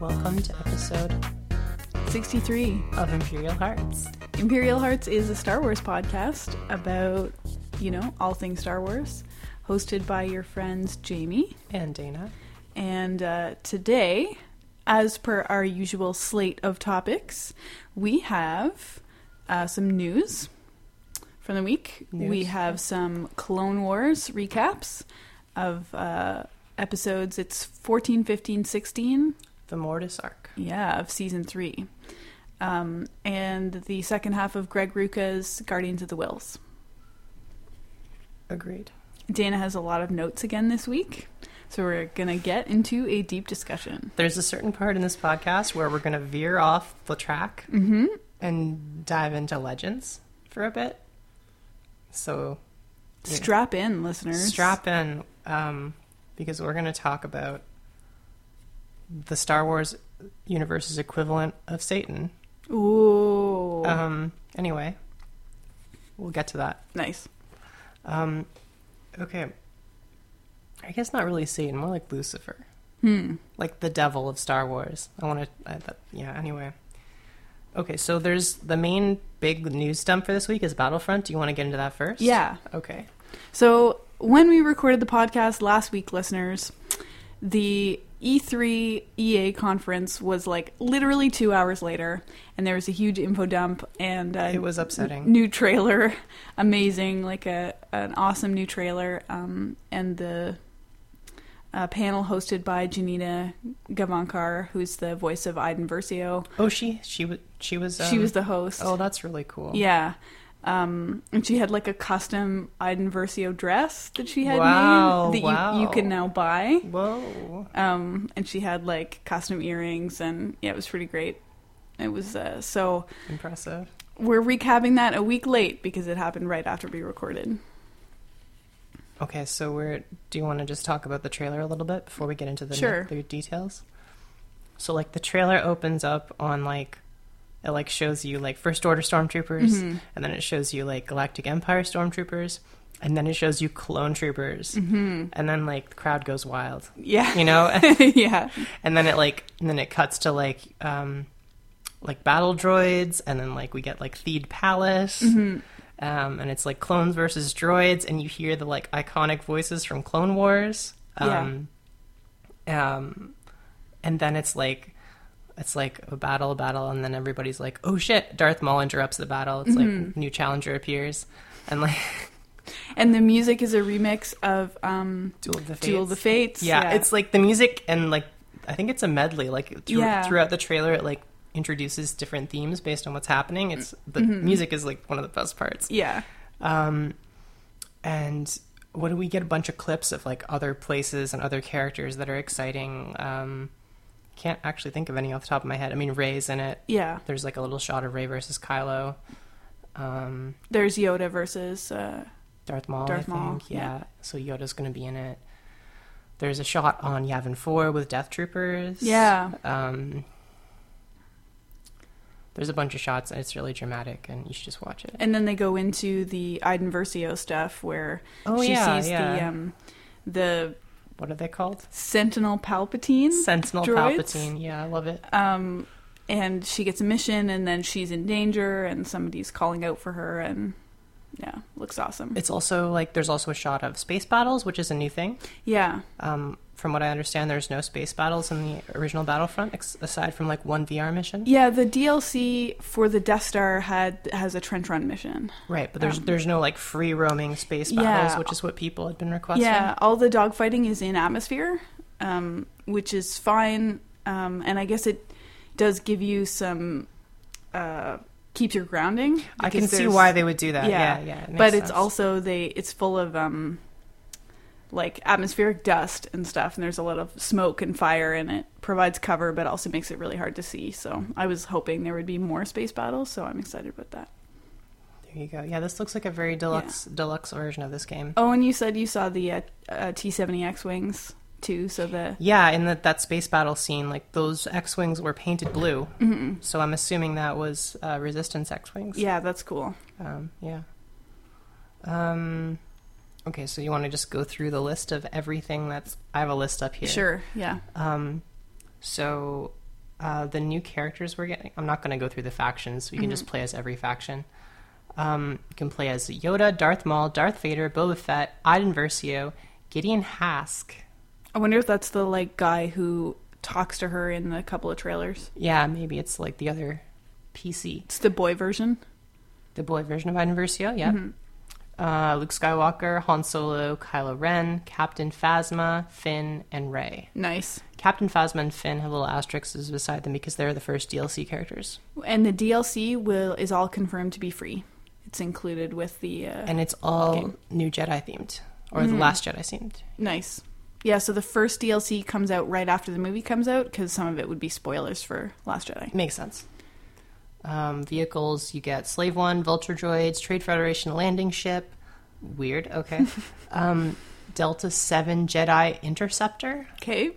welcome to episode 63. of Imperial Hearts. Imperial Hearts is a Star Wars podcast about, you know, all things Star Wars, hosted by your friends Jamie. And Dana. And uh, today, as per our usual slate of topics, we have uh, some news from the week. We News. have some Clone Wars recaps of uh, episodes. It's 14, 15, 16. The Mortis Arc. Yeah, of season three. Um, and the second half of Greg Ruca's Guardians of the Wills. Agreed. Dana has a lot of notes again this week, so we're going to get into a deep discussion. There's a certain part in this podcast where we're going to veer off the track Mm-hmm. and dive into legends for a bit. So Yeah. Strap in, listeners. strap in um, because we're going to talk about the Star Wars universe's equivalent of Satan. Ooh. Um, anyway, we'll get to that. nice. Um, okay. I guess not really Satan, more like Lucifer, Hmm. like the devil of Star Wars. I want to, I th- yeah. Anyway, okay. So there's the main big news dump for this week is Battlefront. Do you want to get into that first? Yeah. Okay. So when we recorded the podcast last week, listeners, the E E3 EA conference was like literally two hours later, and there was a huge info dump and uh, It was upsetting. New trailer, amazing, like a an awesome new trailer, um, and the uh, panel hosted by Janina Gavankar, who's the voice of Iden Versio. Oh, she she was she was um, she was the host. Oh, that's really cool. Yeah. Um, and she had like a custom Iden Versio dress that she had Wow, made that you, you wow. can now buy. Whoa. Um, and she had like custom earrings, and yeah, it was pretty great. It was uh, so Impressive. we're recapping that a week late because it happened right after we recorded. Okay, so we're. Do you want to just talk about the trailer a little bit before we get into the, Sure. the details? So, like, the trailer opens up on like, it like shows you like First Order stormtroopers, Mhm. and then it shows you like Galactic Empire stormtroopers, and then it shows you clone troopers, Mm-hmm. and then like the crowd goes wild, Yeah, you know, yeah, and then it like, and then it cuts to like, um, like battle droids, and then like we get like Theed Palace, Mhm. um, and it's like clones versus droids, and you hear the like iconic voices from Clone Wars. Um, um, and then it's like it's like a battle, a battle, and then everybody's like, "Oh shit!" Darth Maul interrupts the battle. It's like new challenger appears, and like and the music is a remix of um, Duel of the Fates. Duel of the Fates. yeah, it's like the music and like I think it's a medley. Like thro- Yeah. throughout the trailer, it like introduces different themes based on what's happening. It's the music is like one of the best parts. yeah, Um, and what do we get? A bunch of clips of like other places and other characters that are exciting. Um, can't actually think of any off the top of my head. I mean, Ray's in it. yeah. There's like a little shot of Ray versus Kylo. Um, There's Yoda versus uh, Darth Maul, I Darth think. Maul, Yeah. So Yoda's going to be in it. There's a shot on Yavin 4 with Death Troopers. yeah, Um, there's a bunch of shots, and it's really dramatic, and you should just watch it. and then they go into the Iden Versio stuff where Oh, she yeah. sees yeah. the um, the what are they called? Sentinel Palpatine, Sentinel droids? Palpatine. Yeah, I love it. um, and she gets a mission, and then she's in danger, and somebody's calling out for her, and yeah, looks awesome. It's also like there's also a shot of space battles, which is a new thing. Yeah, Um, from what I understand, there's no space battles in the original Battlefront ex- aside from like one VR mission. yeah. The DLC for the Death Star had has a trench run mission. Right, but there's Um, there's no like free roaming space Yeah. battles, which is what people had been requesting. Yeah, all the dogfighting is in atmosphere, um, which is fine, um, and I guess it does give you some uh, keeps your grounding. I can because see there's- why they would do that. Yeah, Yeah, yeah. it makes but it's sense. also they it's full of um like atmospheric dust and stuff and there's a lot of smoke and fire and it provides cover but also makes it really hard to see so i was hoping there would be more space battles so i'm excited about that there you go. Yeah, this looks like a very deluxe deluxe version of this game. oh and you said you saw the uh, uh, t70x wings too so the Yeah, in that that space battle scene, like those X wings were painted blue, Mhm. so I'm assuming that was uh, Resistance X wings. yeah that's cool Um, yeah. Um, okay, so you want to just go through the list of everything that's. I have a list up here. sure yeah Um, so uh, the new characters we're getting. I'm not going to go through the factions. We can just play as every faction. Um, you can play as Yoda, Darth Maul, Darth Vader, Boba Fett, Iden Versio, Gideon Hask. I wonder if that's the like guy who talks to her in the couple of trailers. Yeah, maybe it's like the other PC, It's the boy version. Mm-hmm. the boy version of Iden Versio. Yeah. Uh, Luke Skywalker, Han Solo, Kylo Ren, Captain Phasma, Finn, and Rey. Nice. Captain Phasma and Finn have little asterisks beside them because they're the first DLC characters, And the DLC will is all confirmed to be free. It's included with the uh, and it's all new Jedi themed or the Last Jedi themed. nice. Yeah, so the first DLC comes out right after the movie comes out because some of it would be spoilers for Last Jedi. Makes sense. Um, vehicles, you get Slave One, Vulture Droids, Trade Federation landing ship. Weird, okay. um, Delta 7 Jedi Interceptor, Okay.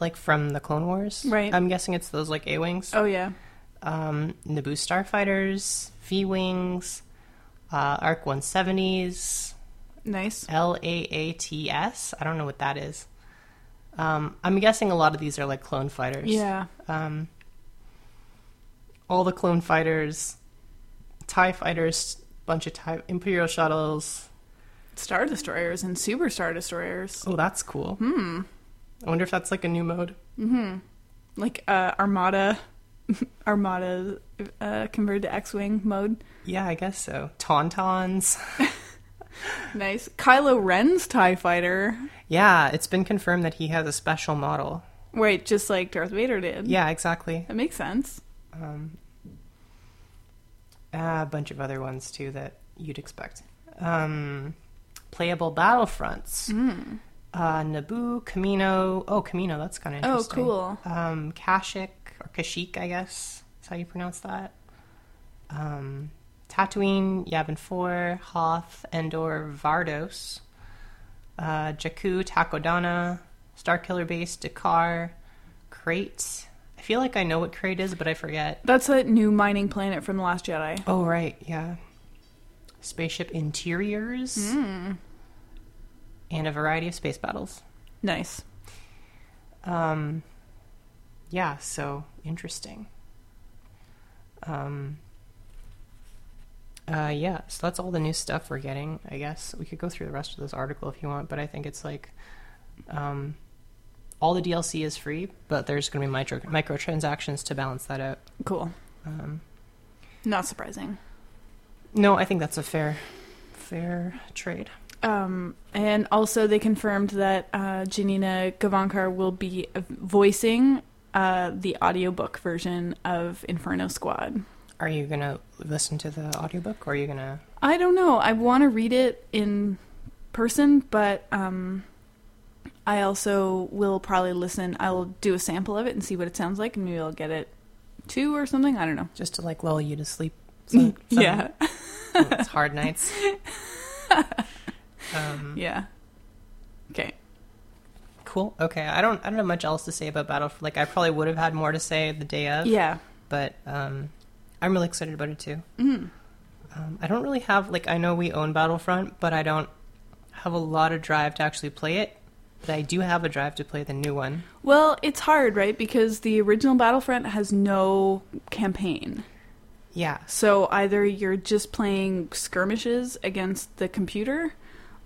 like from the Clone Wars. Right. I'm guessing it's those like A Wings. Oh yeah. Um, Naboo Starfighters, V Wings, uh, ARC 170s, Nice. L A A T S. I don't know what that is. Um, I'm guessing a lot of these are like clone fighters. Yeah. um, all the clone fighters, TIE fighters, bunch of TIE, Imperial shuttles. Star destroyers and super star destroyers. Oh, that's cool. Hmm. I wonder if that's like a new mode. Like uh, Armada Armada uh, converted to X-wing mode. Yeah, I guess so. Tauntauns. Nice. Kylo Ren's tie fighter. yeah, it's been confirmed that he has a special model. Right, just like Darth Vader did. Yeah, exactly. That makes sense. Uh, Um, a bunch of other ones too that you'd expect. Um, playable battlefronts. Mm. Uh, Naboo, Kamino. Oh, Kamino. That's kind of Oh, interesting. cool. Um, Kashyyyk or Kashyyyk, I guess is how you pronounce that. Um, Tatooine, Yavin Four, Hoth, Endor, Vardos, uh, Jakku, Takodana, Starkiller Base, Dakar, Crate. I feel like I know what Crate is, but I forget. That's that new mining planet from The Last Jedi. Oh right, yeah. Spaceship interiors Mm-hmm. Hmm. and a variety of space battles. Nice. Um, yeah, so interesting. Um, uh, yeah, so that's all the new stuff we're getting. I guess we could go through the rest of this article if you want, but I think it's like, um, all the DLC is free, but there's going to be micro microtransactions to balance that out. Cool. Um, Not surprising. No, I think that's a fair, fair trade. Um, and also, they confirmed that uh, Janina Gavankar will be voicing uh, the audiobook version of Inferno Squad. Are you gonna listen to the audiobook, or are you gonna? I don't know. I want to read it in person, but um, I also will probably listen. I'll do a sample of it and see what it sounds like, and maybe I'll get it two or something. I don't know. just to like lull you to sleep. So, so- Yeah. it's hard nights. um, Yeah. Okay. cool. Okay, I don't. I don't have much else to say about Battlefront. Like, I probably would have had more to say the day of. Yeah. But um, I'm really excited about it too. Mm. Um, I don't really have like I know we own Battlefront, but I don't have a lot of drive to actually play it. But I do have a drive to play the new one. Well, it's hard, right? Because the original Battlefront has no campaign. Yeah. So either you're just playing skirmishes against the computer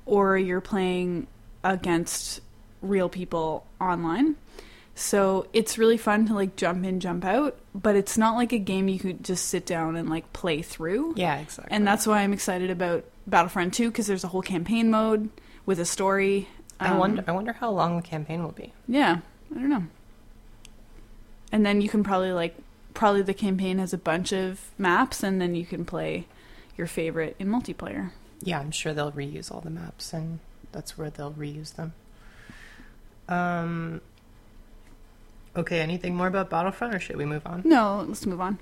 or you're playing against real people online. So it's really fun to like jump in, jump out, but it's not like a game you could just sit down and like play through. Yeah. Exactly. And that's why I'm excited about Battlefront 2 because there's a whole campaign mode with a story. I Um, wonder. I wonder how long the campaign will be. yeah, I don't know. And then you can probably like probably the campaign has a bunch of maps and then you can play your favorite in multiplayer. Yeah, I'm sure they'll reuse all the maps, and that's where they'll reuse them. Um. Okay, anything more about Battlefront, or should we move on? No, let's move on.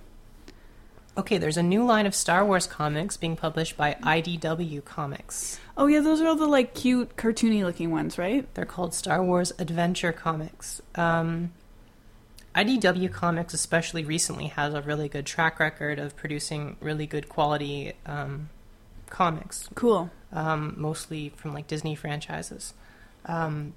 Okay, there's a new line of Star Wars comics being published by IDW Comics. Oh yeah, those are all the like cute cartoony looking ones, right? They're called Star Wars Adventure Comics. Um, IDW Comics, especially recently, has a really good track record of producing really good quality um, comics. Cool. um, mostly from like Disney franchises. Um,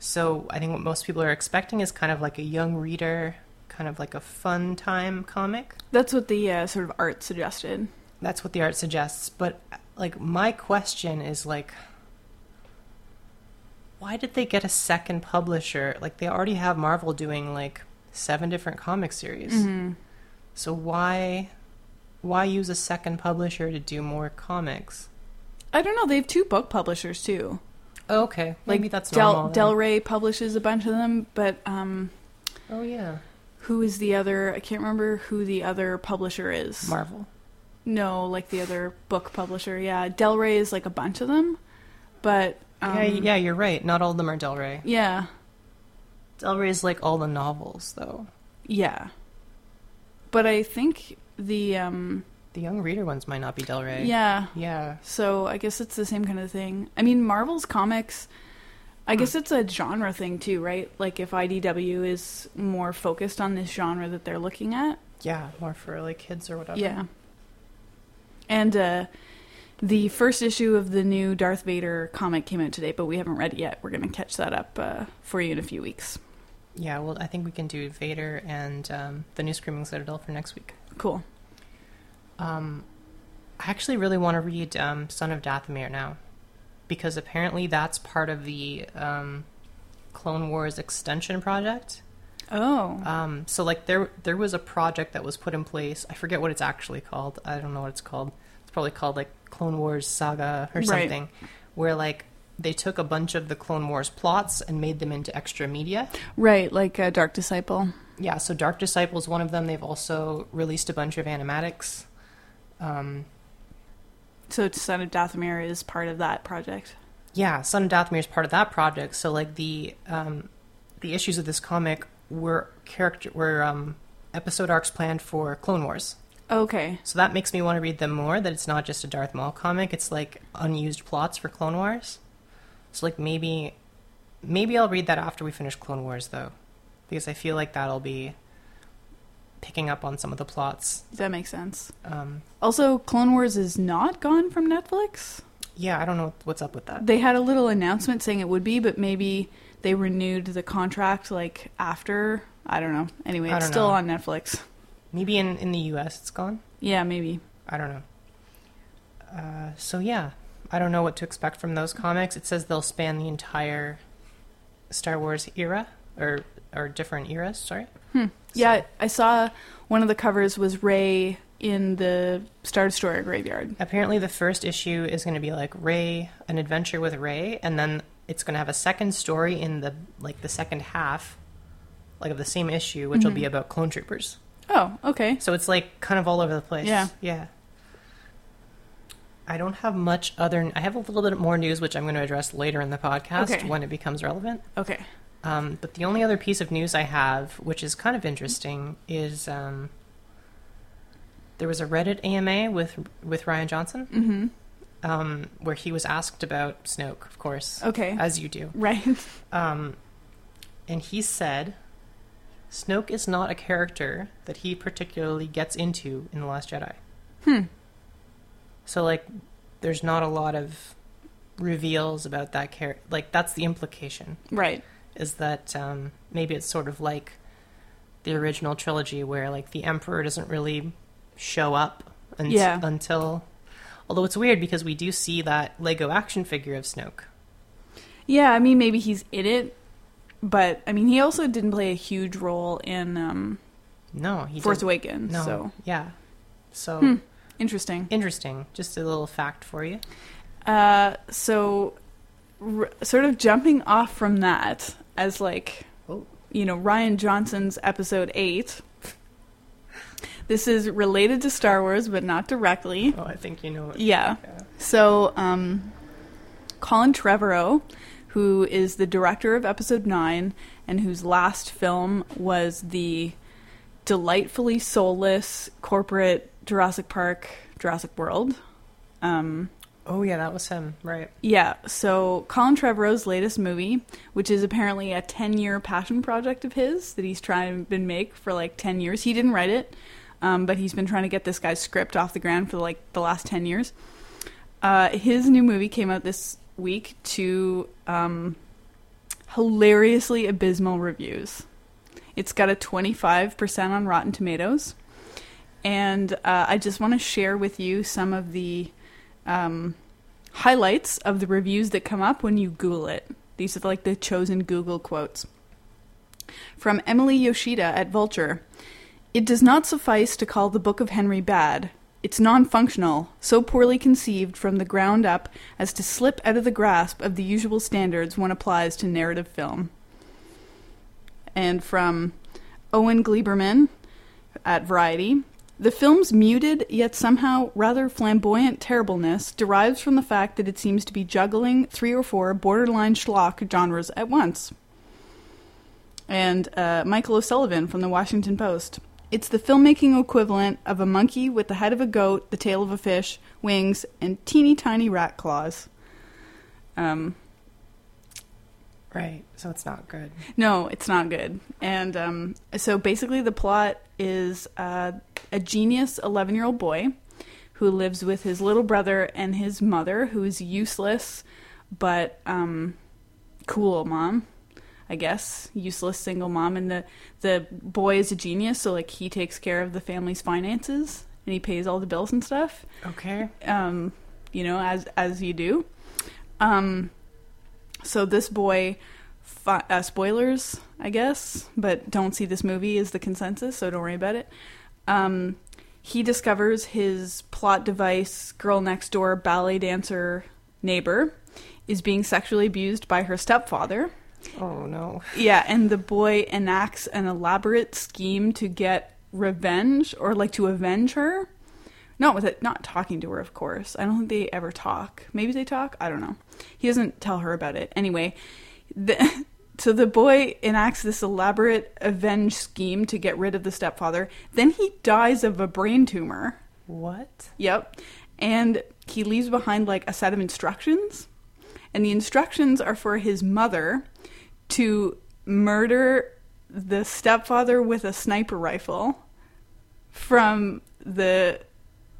so I think what most people are expecting is kind of like a young reader kind of like a fun time comic. That's what the uh, sort of art suggested. That's what the art suggests. But like my question is like why did they get a second publisher? Like they already have Marvel doing like seven different comic series. Mhm. So why why use a second publisher to do more comics? I don't know. They have two book publishers too. Oh, okay, Like maybe that's Del normal. Del Rey publishes a bunch of them, but um, then. oh yeah, who is the other? I can't remember who the other publisher is. Marvel. No, like the other book publisher. Yeah, Del Rey is like a bunch of them, but um, yeah, yeah, you're right. Not all of them are Del Rey. yeah, Del Rey is like all the novels though. yeah. But I think the um, The young reader ones might not be Del Rey. yeah. Yeah. So I guess it's the same kind of thing. I mean, Marvel's comics. I guess it's a genre thing too, right? Like if IDW is more focused on this genre that they're looking at, Yeah, more for like kids or whatever. Yeah. And uh, the first issue of the new Darth Vader comic came out today, but we haven't read it yet. We're going to catch that up uh, for you in a few weeks. Yeah, well, I think we can do Vader and um, the new Screaming Citadel for next week. Cool. Um, I actually really want to read um, Son of Dathomir now, because apparently that's part of the um, Clone Wars extension project. Oh. Um, so like there there was a project that was put in place. I forget what it's actually called. I don't know what it's called. It's probably called like Clone Wars Saga or Right. something, where like they took a bunch of the Clone Wars plots and made them into extra media. right, like uh, Dark Disciple. Yeah, so Dark Disciple is one of them. They've also released a bunch of animatics. Um, So Son of Dathomir is part of that project. yeah, Son of Dathomir is part of that project. So like the um, the issues of this comic were character were um, episode arcs planned for Clone Wars. Okay. So that makes me want to read them more. That it's not just a Darth Maul comic. It's like unused plots for Clone Wars. So like maybe maybe I'll read that after we finish Clone Wars though, because I feel like that'll be picking up on some of the plots. That makes sense. Um, Also, Clone Wars is not gone from Netflix. Yeah, I don't know what's up with that. They had a little announcement saying it would be, but maybe they renewed the contract like after. I don't know. Anyway, I it's don't still know. on Netflix. Maybe in, in the US it's gone. Yeah, maybe. I don't know. Uh, so, yeah, I don't know what to expect from those comics. It says they'll span the entire Star Wars era, or, or different eras, sorry. Yeah, I saw one of the covers was Ray in the Star Destroyer graveyard. Apparently, the first issue is going to be like Ray, an adventure with Ray, and then it's going to have a second story in the like the second half, like of the same issue, which will Mm-hmm. be about clone troopers. Oh, okay. So it's like kind of all over the place. Yeah. Yeah. I don't have much other. I have a little bit more news, which I'm going to address later in the podcast Okay. when it becomes relevant. Okay. Um, but the only other piece of news I have, which is kind of interesting, is um, there was a Reddit AMA with with Ryan Johnson, Mm-hmm. um, where he was asked about Snoke, of course, Okay. as you do. right. Um, and he said, Snoke is not a character that he particularly gets into in The Last Jedi. Hmm. So, like, there's not a lot of reveals about that character. Like, that's the implication, Right. is that um, maybe it's sort of like the original trilogy where, like, the Emperor doesn't really show up un- Yeah. until. Although it's weird because we do see that Lego action figure of Snoke. Yeah, I mean maybe he's in it, but I mean he also didn't play a huge role in um, No, he Force doesn't- Awakens. No. So Yeah. So Hmm. interesting. interesting. Just a little fact for you. Uh, so r- sort of jumping off from that as like Oh. you know Ryan Johnson's episode 8 this is related to Star Wars but not directly Oh, I think you know it. yeah Yeah. so um Colin Trevorrow who is the director of episode 9 and whose last film was the delightfully soulless corporate Jurassic Park Jurassic World um Oh yeah, that was him. Right. yeah, so Colin Trevorrow's latest movie, which is apparently a 10-year passion project of his that he's trying been make for like 10 years. He didn't write it, um, but he's been trying to get this guy's script off the ground for like the last 10 years. Uh, his new movie came out this week to um, hilariously abysmal reviews. It's got a 25% on Rotten Tomatoes. And uh, I just want to share with you some of the um, highlights of the reviews that come up when you Google it. These are like the chosen Google quotes. From Emily Yoshida at Vulture It does not suffice to call the Book of Henry bad. It's non functional, so poorly conceived from the ground up as to slip out of the grasp of the usual standards one applies to narrative film. And from Owen Gleiberman at Variety The film's muted, yet somehow rather flamboyant terribleness derives from the fact that it seems to be juggling three or four borderline schlock genres at once and uh, Michael O'Sullivan from the Washington Post. It's the filmmaking equivalent of a monkey with the head of a goat, the tail of a fish, wings, and teeny tiny rat claws. Um, Right. So it's not good. no, it's not good. And um, so basically, the plot is uh, a genius 11 year old boy who lives with his little brother and his mother, who is useless but um, cool mom, I guess. Useless single mom. And the, the boy is a genius, so like he takes care of the family's finances and he pays all the bills and stuff Okay. um, you know, as as you do. Um, so this boy, fi- uh, spoilers, I guess, but don't see this movie is the consensus, so don't worry about it. Um, he discovers his plot device, girl next door ballet dancer neighbor, is being sexually abused by her stepfather. Oh no. Yeah, and the boy enacts an elaborate scheme to get revenge or like to avenge her. Not with it, not talking to her, of course. I don't think they ever talk. Maybe they talk. I don't know. He doesn't tell her about it. Anyway, the, so the boy enacts this elaborate avenge scheme to get rid of the stepfather. Then he dies of a brain tumor. What? Yep. And he leaves behind like a set of instructions. And the instructions are for his mother to murder the stepfather with a sniper rifle from the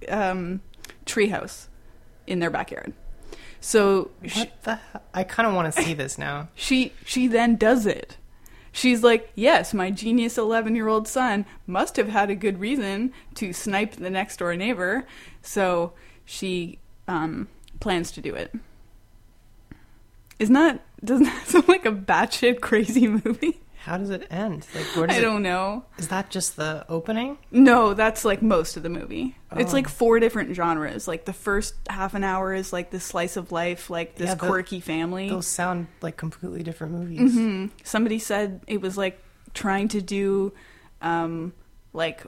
um, treehouse in their backyard. So she, What the? Hell? I kind of want to see this now. she she then does it. She's like, "Yes, my genius 11-year-old son must have had a good reason to snipe the next-door neighbor." So she um, plans to do it. Isn't that doesn't that sound like a batshit crazy movie? How does it end? Like, where does I it? don't know. Is that just the opening? No, that's like most of the movie. It's Oh. like four different genres. Like the first half an hour is like this slice of life, like this Yeah, the- quirky family. Those sound like completely different movies. hmm Somebody said it was like trying to do um, like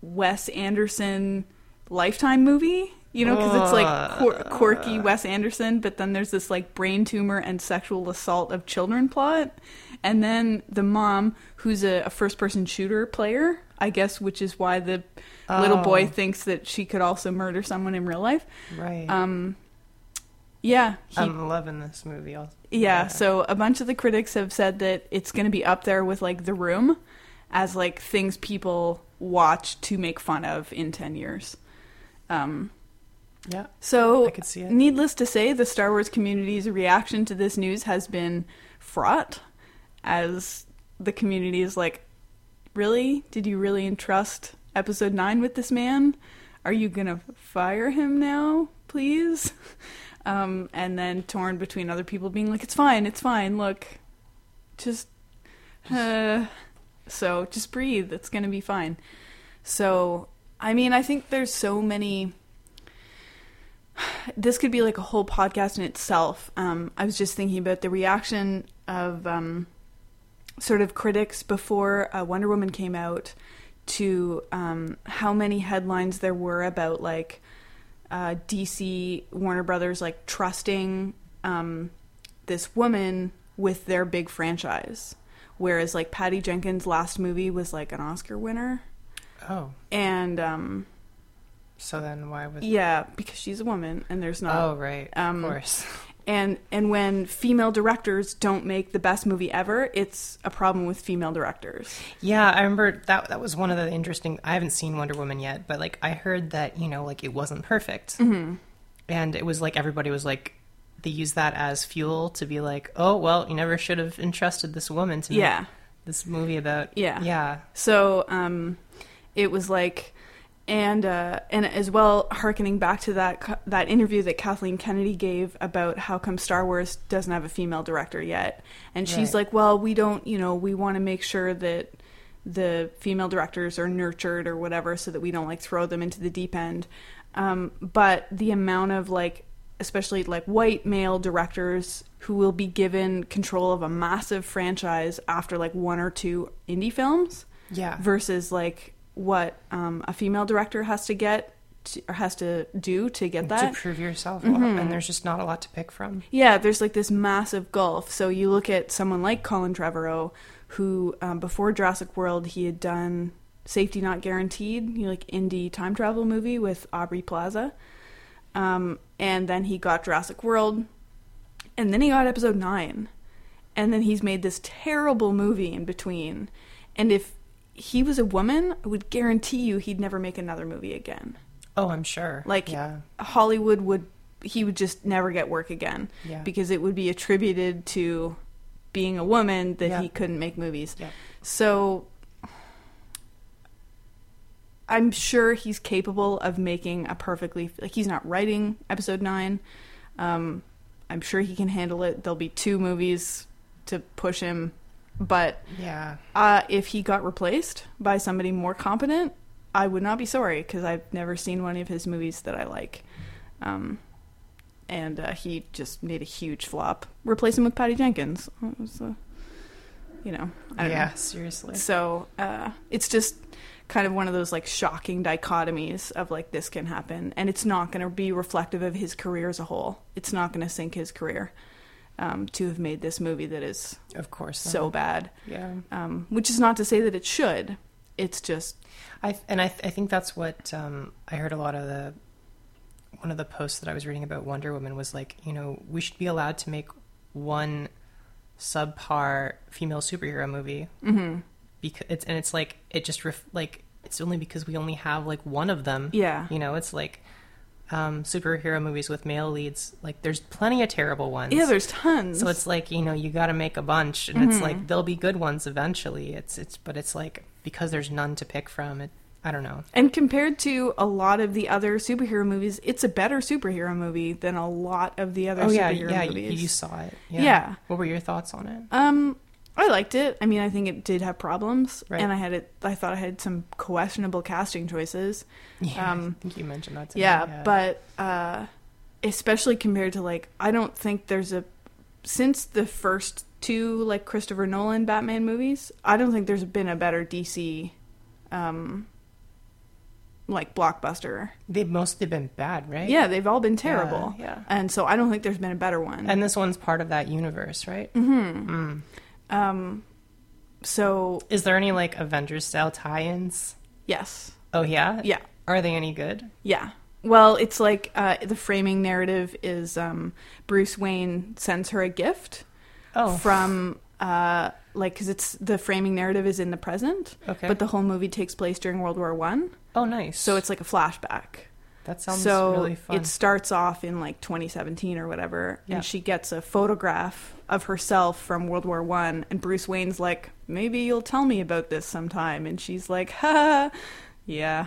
Wes Anderson Lifetime movie, you know, because it's like quir- quirky Wes Anderson, but then there's this like brain tumor and sexual assault of children plot, and then the mom who's a, a first person shooter player, I guess, which is why the little boy Oh. thinks that she could also murder someone in real life. Right. Um, yeah, he I'm loving this movie. I'll- yeah, so a bunch of the critics have said that it's going to be up there with like The Room as like things people watch to make fun of in 10 years. Um, yeah. so I could see it. needless to say, the Star Wars community's reaction to this news has been fraught as the community is like, really? Did you really entrust episode 9 with this man? Are you going to fire him now, please? Um, and then torn between other people being like, it's fine, it's fine, look, just. Uh, so just breathe, it's going to be fine. So, I mean, I think there's so many this could be like a whole podcast in itself. Um, I was just thinking about the reaction of um, sort of critics before uh, Wonder Woman came out to um, how many headlines there were about like uh, DC Warner Brothers like trusting um, this woman with their big franchise, whereas like Patty Jenkins' last movie was like an Oscar winner, Oh, and um, so then why was? yeah, because she's a woman and there's not Oh, right. Um, of course. and and when female directors don't make the best movie ever, it's a problem with female directors. Yeah, I remember that. That was one of the interesting. I haven't seen Wonder Woman yet, but like I heard that you know, like it wasn't perfect, Mm-hmm. and it was like everybody was like they used that as fuel to be like, oh well, you never should have entrusted this woman to make Yeah. this movie about Yeah. yeah So um, it was like, and uh, and as well, hearkening back to that that interview that Kathleen Kennedy gave about how come Star Wars doesn't have a female director yet, and she's Right. like, well, we don't, you know, we want to make sure that the female directors are nurtured or whatever, so that we don't like throw them into the deep end. Um, but the amount of like, especially like white male directors who will be given control of a massive franchise after like one or two indie films yeah versus like what um, a female director has to get to, or has to do to get that. to prove yourself and there's just not a lot to pick from Yeah, there's like this massive gulf. So you look at someone like Colin Trevorrow, who um, before Jurassic World he had done Safety Not Guaranteed, you know, like indie time travel movie with Aubrey Plaza, um, and then he got Jurassic World, and then he got Episode Nine, and then he's made this terrible movie in between. And if he was a woman, I would guarantee you he'd never make another movie again. oh i'm sure Like yeah Hollywood would he would just never get work again Yeah. because it would be attributed to being a woman that Yeah. he couldn't make movies. Yeah. So I'm sure he's capable of making a perfectly like he's not writing episode 9. Um I'm sure he can handle it. There'll be two movies to push him, but yeah uh, if he got replaced by somebody more competent, I would not be sorry because I've never seen one of his movies that I like. Um, and uh, he just made a huge flop. Replace him with Patty Jenkins. It was, uh, you know, I don't yeah seriously know. So uh, it's just kind of one of those like shocking dichotomies of like this can happen, and it's not going to be reflective of his career as a whole. It's not going to sink his career um, to have made this movie that is of course not. so bad yeah um, which is not to say that it should. It's just I and I, I think that's what um, I heard a lot of the one of the posts that I was reading about Wonder Woman was like, you know, we should be allowed to make one subpar female superhero movie mm-hmm, because it's and it's like it just ref, like it's only because we only have like one of them. yeah, You know, it's like um, superhero movies with male leads. Like, there's plenty of terrible ones. yeah. There's tons. So it's like you know you got to make a bunch, and it's Mm-hmm. like there'll be good ones eventually. It's it's but it's like because there's none to pick from. It I don't know. and compared to a lot of the other superhero movies, it's a better superhero movie than a lot of the other Oh yeah, superhero yeah, you, movies. you saw it. Yeah. What were your thoughts on it? Um, I liked it. I mean, I think it did have problems, Right. and I had it. I thought I had some questionable casting choices. Yeah, Um, I think you mentioned that. To me, yeah, but uh, especially compared to like I don't think there's a since the first two like Christopher Nolan Batman movies, I don't think there's been a better DC um like blockbuster. they've mostly been bad, right? Yeah, they've all been terrible. Um, yeah. And so I don't think there's been a better one. Mm-hmm. And this one's part of that universe, right? Mm. um so Is there any like Avengers style tie-ins? yes. Oh yeah, Yeah. Are they any good? Yeah. Well, it's like uh, the framing narrative is um, Bruce Wayne sends her a gift, Oh, from uh like because it's the framing narrative is in the present okay. but the whole movie takes place during world war one oh nice. so it's like a flashback that sounds so really fun. it starts off in like 2017 or whatever Yeah. and she gets a photograph of herself from world war one and bruce wayne's like maybe you'll tell me about this sometime and she's like ha yeah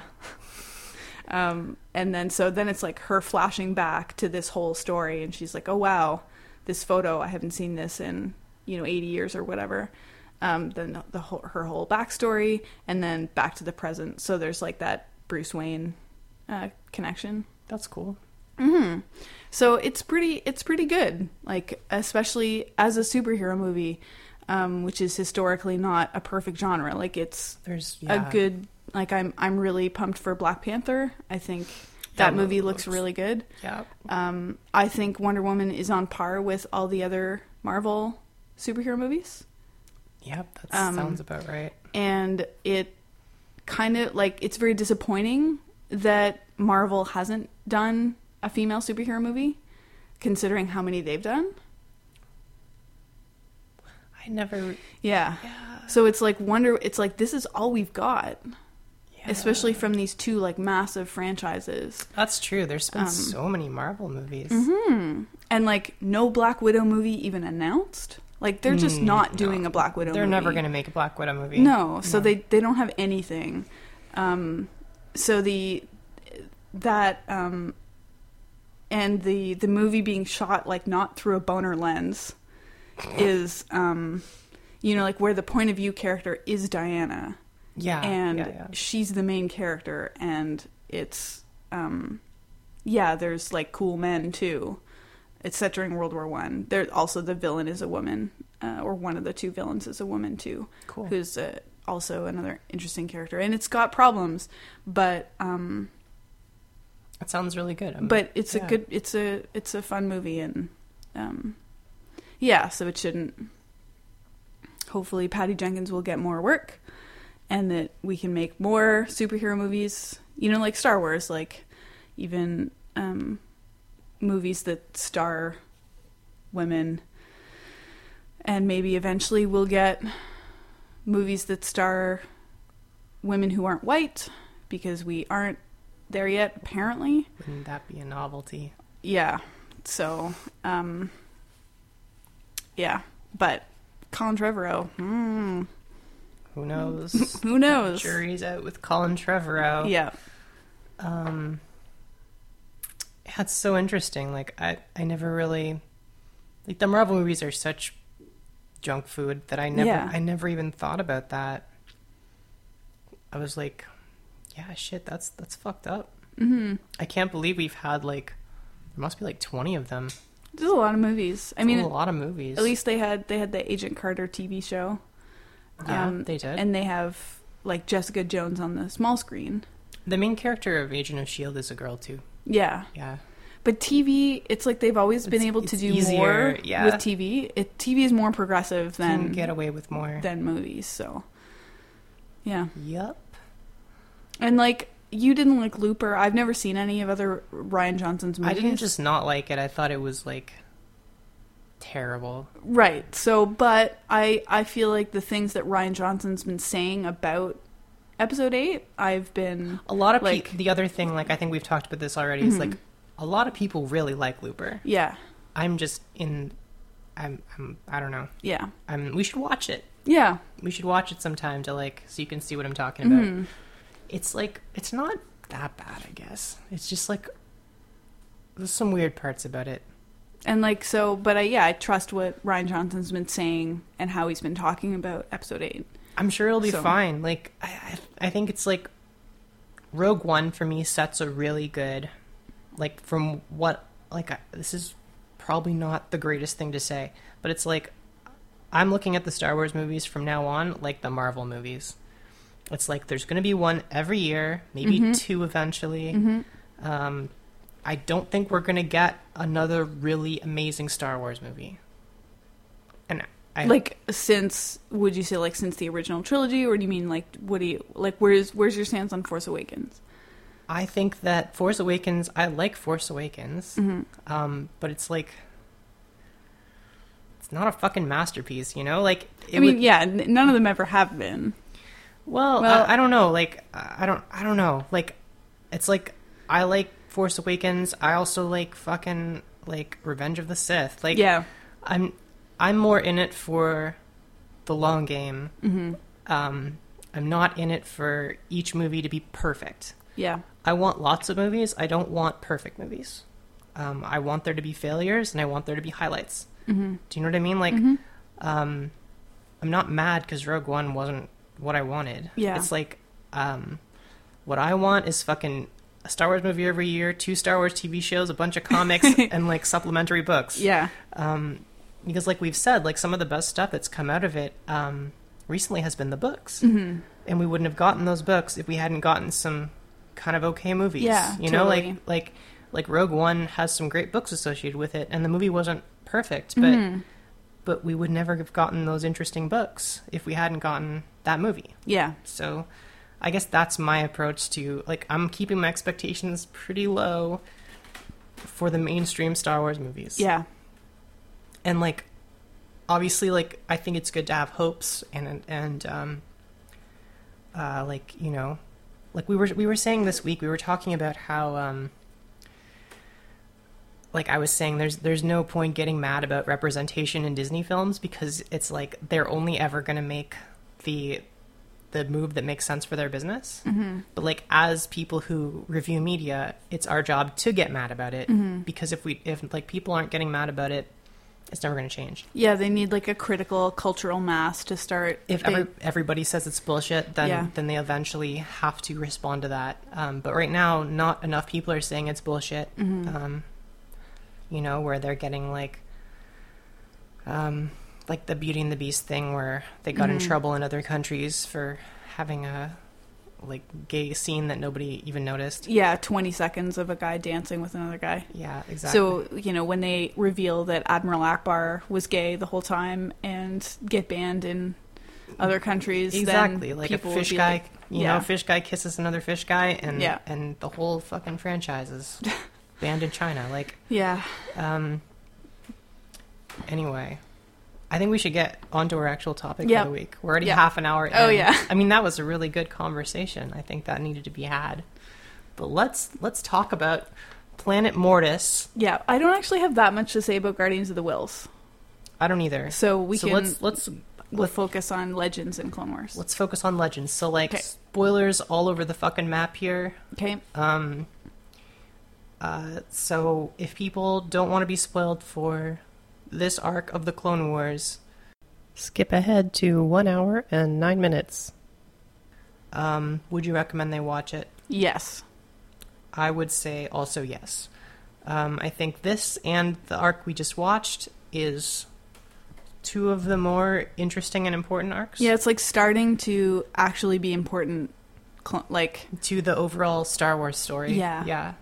um, and then so then it's like her flashing back to this whole story and she's like oh wow this photo i haven't seen this in you know 80 years or whatever um, then the whole, her whole backstory and then back to the present so there's like that bruce wayne uh, connection That's cool. hmm So it's pretty it's pretty good. Like especially as a superhero movie, um, which is historically not a perfect genre. Like it's There's yeah. a good like I'm I'm really pumped for Black Panther. I think that, movie, looks, really good. yeah. Um, I think Wonder Woman is on par with all the other Marvel superhero movies, Yep, that Um, sounds about right. and it kind of like it's very disappointing that Marvel hasn't done a female superhero movie, considering how many they've done. I never. Yeah. Yeah. So it's like wonder it's like this is all we've got, yeah. especially from these two like massive franchises. That's true. There's been Um, mm-hmm. so many Marvel movies. And like no Black Widow movie even announced. Like they're just Mm, not no. doing a Black Widow. They're movie. never going to make a Black Widow movie. No, so they they don't have anything. Um, so the that um, and the the movie being shot like not through a boner lens is um, you know like where the point of view character is Diana Ah, Yeah. and yeah, yeah. she's the main character and it's um yeah there's like cool men too it's set during world war one there also the villain is a woman uh, or one of the two villains is a woman too Cool. who's uh, also another interesting character and it's got problems but um That sounds really good. I'm- but it's a yeah. good it's a it's a fun movie and um yeah so it shouldn't hopefully patty jenkins will get more work and that we can make more superhero movies you know like star wars like even um movies that star women and maybe eventually we'll get movies that star women who aren't white because we aren't there yet apparently Wouldn't that be a novelty? yeah so um yeah but colin trevorrow mm, Who knows? who knows Jury's out with Colin Trevorrow. yeah um that's so interesting like i i never really like the marvel movies are such junk food that i never Yeah. i never even thought about that i was like yeah shit that's that's fucked up hmm i can't believe we've had like there must be like 20 of them there's a lot of movies i It's mean a lot of movies at least they had they had the agent carter tv show yeah um, they did and they have like jessica jones on the small screen the main character of agent of shield E is a girl too yeah yeah but tv it's like they've always been It's- able to it's do easier, more yeah. with tv it tv is more progressive can than get away with more than movies so yeah yep And like you didn't like Looper. I've never seen any of other Ryan Johnson's movies. i didn't just not like it i thought it was like terrible right. So, but I I feel like the things that Ryan Johnson's been saying about episode 8, I've been A lot of pe- Like- the other thing, like I think we've talked about this already, is like a lot of people really like Looper. Mm-hmm. yeah. I'm just in, I'm, I'm I don't know. Yeah. I'm. We should watch it. Yeah. We should watch it sometime to like so you can see what I'm talking about. Mhm. It's like it's not that bad, I guess. It's just like there's some weird parts about it. And like so, but I yeah, I trust what Ryan Johnson's been saying and how he's been talking about episode 8. I'm sure it'll be So- fine. Like I, I, I think it's like Rogue One for me sets a really good, like from what like I, this is probably not the greatest thing to say, but it's like I'm looking at the Star Wars movies from now on like the Marvel movies. It's like there's going to be one every year, maybe two eventually. Mm-hmm. Um, I don't think we're going to get another really amazing Star Wars movie. And I Like since would you say like since the original trilogy or do you mean like what do you like where's where's your stance on Force Awakens? I think that Force Awakens, I like Force Awakens, um, but it's like it's not a fucking masterpiece, you know. Like, it I mean, would- yeah, n- none of them ever have been. well, well- I, I don't know. Like, I I don't, I don't know. Like, it's like I like Force Awakens. I also like fucking like Revenge of the Sith. Like, yeah. I'm I'm more in it for the long game. Mm-hmm. Um, I'm not in it for each movie to be perfect. Yeah. I want lots of movies. I don't want perfect movies. Um, I want there to be failures and I want there to be highlights. Mm-hmm. Do you know what I mean? Like, Mm-hmm. um, I'm not mad because Rogue One wasn't what I wanted. Yeah. It's like, um, what I want is fucking a Star Wars movie every year, two Star Wars TV shows, a bunch of comics, and like supplementary books. Yeah. Um, because, like we've said, like some of the best stuff that's come out of it um, recently has been the books Mm-hmm. and we wouldn't have gotten those books if we hadn't gotten some kind of okay movies. Yeah, you know, totally. like like like Rogue One has some great books associated with it, and the movie wasn't perfect, but Mm-hmm. but we would never have gotten those interesting books if we hadn't gotten that movie. Yeah. So I guess that's my approach to like I'm keeping my expectations pretty low for the mainstream Star Wars movies. Yeah. And like obviously like I think it's good to have hopes and and um uh like, you know, like we were we were saying this week we were talking about how um like I was saying, there's there's no point getting mad about representation in Disney films because it's like they're only ever going to make the the move that makes sense for their business. Mm-hmm. But like as people who review media, it's our job to get mad about it Mm-hmm. because if we if like people aren't getting mad about it, it's never going to change. Yeah, they need like a critical cultural mass to start. If they- ever, everybody says it's bullshit, then Yeah. then they eventually have to respond to that. Um, but right now, not enough people are saying it's bullshit. Mm-hmm. Mm. Um, you know, where they're getting like, um, like the Beauty and the Beast thing, where they got Mm-hmm. in trouble in other countries for having a like gay scene that nobody even noticed. yeah, 20 seconds of a guy dancing with another guy. Yeah, exactly. So, you know, when they reveal that Admiral Akbar was gay the whole time and get banned in other countries, then exactly like a people would fish be guy. like- you yeah. know, fish guy kisses another fish guy, and Yeah. and the whole fucking franchise is banned in China. Like, yeah. um. Anyway, I think we should get onto our actual topic Yep. for the week. We're already Yep. half an hour. In. Oh, yeah. I mean that was a really good conversation. I think that needed to be had. But let's let's talk about Planet Mortis. Yeah, I don't actually have that much to say about Guardians of the Wills. I don't either. So we so can let's let's we'll focus on Legends and Clone Wars. let's focus on legends. So like Okay. spoilers all over the fucking map here. Okay. Um, uh, so if people don't want to be spoiled for this arc of the Clone Wars, skip ahead to one hour and nine minutes. Um, would you recommend they watch it? Yes. I would say also yes. Um, I think this and the arc we just watched is two of the more interesting and important arcs Yeah, it's like starting to actually be important. Cl- like, to the overall Star Wars story. Yeah. Yeah.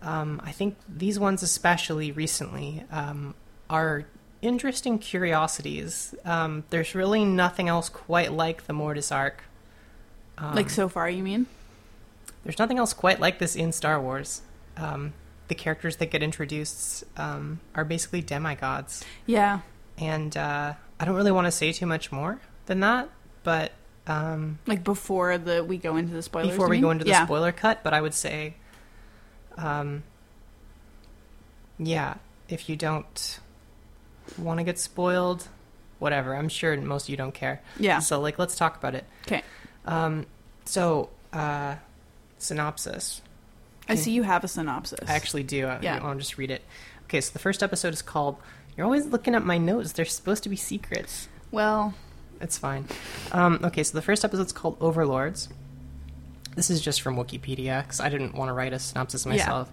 Um, I think these ones, especially recently, um, are interesting curiosities. Um, there's really nothing else quite like the Mortis arc. Um, like so far, you mean? there's nothing else quite like this in Star Wars. Um, the characters that get introduced um, are basically demigods, Yeah. and uh, I don't really want to say too much more than that. But um, Like before the we go into the spoilers. before you we go mean? into the yeah. spoiler cut, but I would say, um, yeah, if you don't want to get spoiled, whatever. I'm sure most of you don't care. Yeah. So, like, let's talk about it. 'Kay. Um, so, uh, synopsis. I see you have a synopsis. I actually do. Uh, I, Yeah. I'll just read it. Okay, so the first episode is called You're Always Looking at My Notes. They're supposed to be secrets. well, It's fine. Um, okay, so the first episode's called Overlords. This is just from Wikipedia because I didn't want to write a synopsis Yeah. myself.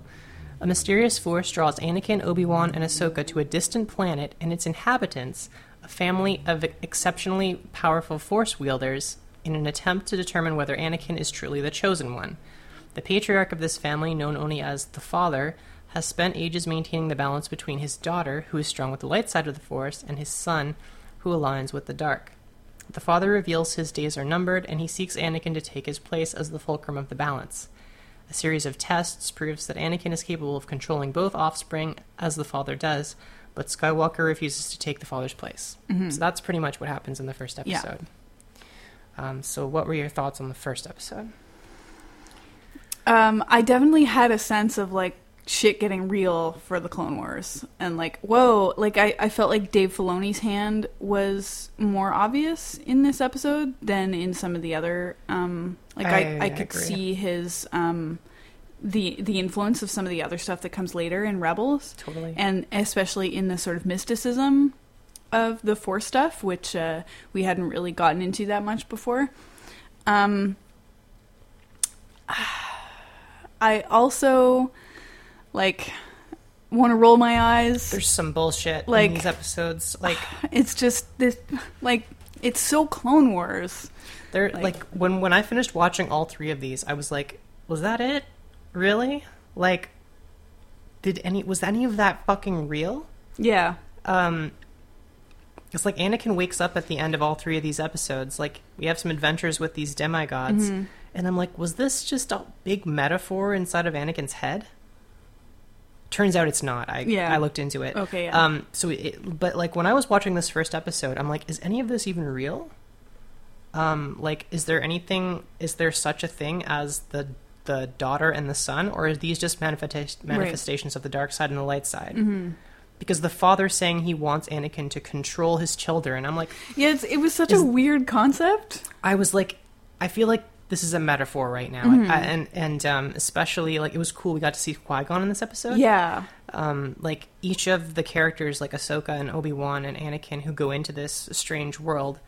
A mysterious force draws Anakin, Obi Wan, and Ahsoka to a distant planet and its inhabitants, a family of exceptionally powerful force wielders, in an attempt to determine whether Anakin is truly the chosen one. The patriarch of this family, known only as the Father, has spent ages maintaining the balance between his daughter, who is strong with the light side of the Force, and his son, who aligns with the dark. The father reveals his days are numbered, and he seeks Anakin to take his place as the fulcrum of the balance. A series of tests proves that Anakin is capable of controlling both offspring, as the father does, but Skywalker refuses to take the father's place. mm-hmm. So that's pretty much what happens in the first Hmm. Yeah. episode. Um, so, what were your thoughts on the first episode? um, I definitely had a sense of like shit getting real for the Clone Wars, and like, whoa, like I, I felt like Dave Filoni's hand was more obvious in this episode than in some of the other. Um, like I, I- I, I could agree. see his um, the the influence of some of the other stuff that comes later in Rebels. Totally. and especially in the sort of mysticism of the force stuff which uh, we hadn't really gotten into that much before um, i also like want to roll my eyes There's some bullshit Like- in these episodes. Like it's just this like it's so clone wars they're Like- like, when when I finished watching all three of these, I was like, was that it? Really? Like did any was any of that fucking real? yeah Um it's like Anakin wakes up at the end of all three of these episodes. Like we have some adventures with these Mm-hmm. demigods. And I'm like, was this just a big metaphor inside of Anakin's head? Turns out it's not. I Yeah. I looked into it. okay yeah Um, so, it, but like when I was watching this first episode, I'm like, is any of this even real? Um, like, is there anything? Is there such a thing as the the daughter and the son, or are these just manifesta- manifestations of the dark side and the light side? Because the father saying he wants Anakin to control his children, I'm like, Yeah, it's, it was such Is- a weird concept. I was like, I feel like this is a metaphor right now, I, and and um, especially like it was cool. We got to see Qui Gon in this episode. Yeah. Um, like each of the characters, like Ahsoka and Obi Wan and Anakin, who go into this strange world,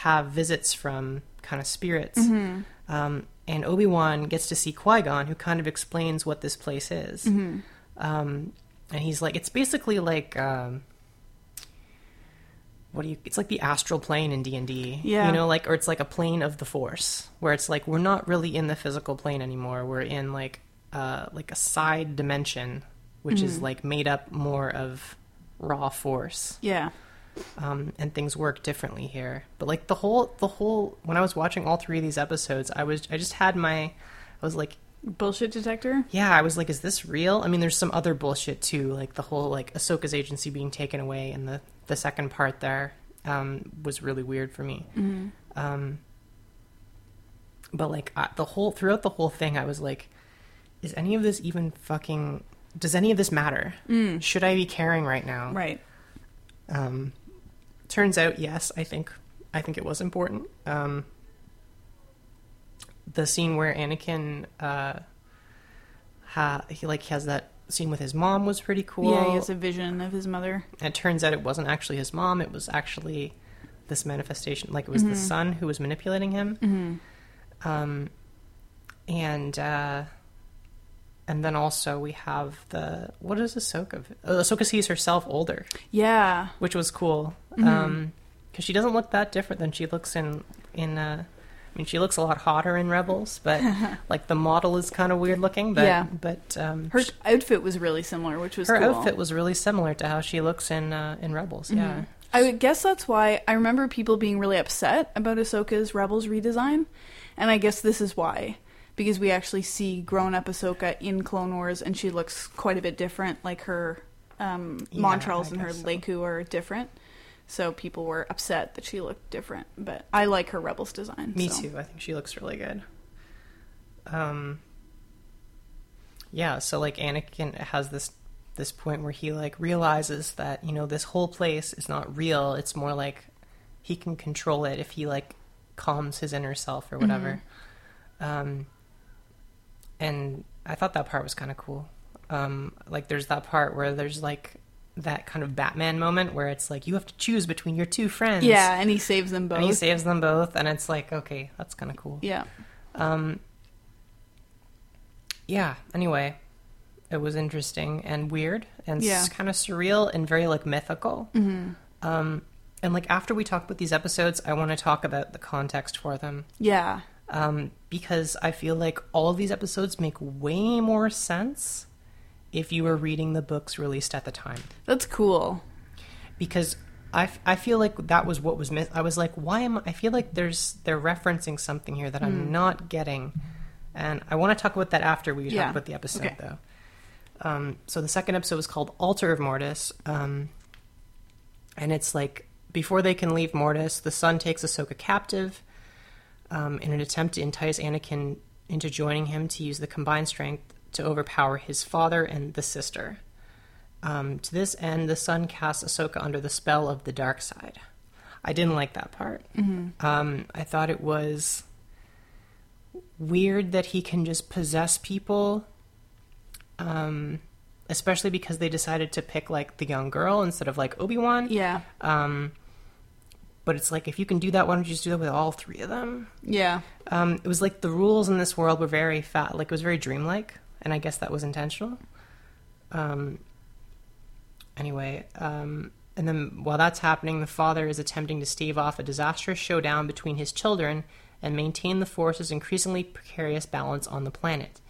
have visits from kind of spirits. Um, and Obi Wan gets to see Qui Gon, who kind of explains what this place is. Um, and he's like, it's basically like. Um, what do you it's like the astral plane in d&d Yeah. you know like or it's like a plane of the force where it's like we're not really in the physical plane anymore we're in like uh like a side dimension which is like made up more of raw force Yeah. um, and things work differently here. But like the whole, the whole, when I was watching all three of these episodes, I was, I just had my, I was like, Bullshit detector. yeah, I was like, is this real? I mean, there's some other bullshit too, like the whole like Ahsoka's agency being taken away, and the the second part there um, was really weird for me. Um, but like I, the whole throughout the whole thing, I was like, is any of this even fucking? Does any of this matter? Should I be caring right now? Right. Um, turns out, yes, I think I think it was important. Um, the scene where Anakin, uh, ha, he like has that scene with his mom was pretty cool. yeah, he has a vision of his mother. It turns out it wasn't actually his mom; it was actually this manifestation. Like it was the son who was manipulating him. Um, and uh, and then also we have the what is Ahsoka? Oh, Ahsoka sees herself older Yeah. which was cool Mm-hmm. because she doesn't look that different than she looks in in. Uh, I mean, she looks a lot hotter in Rebels, but like the model is kind of weird looking. But Yeah. but um, Her sh- outfit was really similar, which was her cool. outfit was really similar to how she looks in uh, in Rebels. Mm-hmm. Yeah, I would guess that's why I remember people being really upset about Ahsoka's Rebels redesign, and I guess this is why. Because we actually see grown up Ahsoka in Clone Wars, and she looks quite a bit different. Like her um, Yeah, Montrals I and her guess so. Leku are different. So people were upset that she looked different. But I like her Rebels design. me so. too. I think she looks really good. Um. Yeah, so like Anakin has this this point where he like realizes that you know this whole place is not real. It's more like he can control it if he like calms his inner self or whatever. Mm-hmm. Um, and I thought that part was kind of cool. Um, like there's that part where there's like that kind of Batman moment where it's like you have to choose between your two friends. Yeah, and he saves them both. and he saves them both, and it's like okay, that's kind of cool. yeah. Um. Yeah. Anyway, it was interesting and weird and Yeah. Mm-hmm. kind of surreal and very like mythical. Um, and like after we talk about these episodes, I want to talk about the context for them Yeah. um, because I feel like all of these episodes make way more sense if you were reading the books released at the time That's cool. because I, f- I feel like that was what was missed. I was like, why am I? I feel like there's they're referencing something here that I'm not getting, and I want to talk about that after we Yeah. talk about the episode Okay. though. Um, so the second episode was called Altar of Mortis, um, and it's like before they can leave Mortis, the son takes Ahsoka captive um, in an attempt to entice Anakin into joining him to use the combined strength to overpower his father and the sister. Um, to this end, the sun casts Ahsoka under the spell of the dark side. I didn't like that part. Um, I thought it was weird that he can just possess people, um, especially because they decided to pick like the young girl instead of like Obi Wan. Yeah. Um, but it's like if you can do that, why don't you just do that with all three of them? Yeah. Um, it was like the rules in this world were very fat, like it was very dreamlike, and I guess that was intentional. Um, anyway, um, and then while that's happening, the father is attempting to stave off a disastrous showdown between his children and maintain the force's increasingly precarious balance on the planet.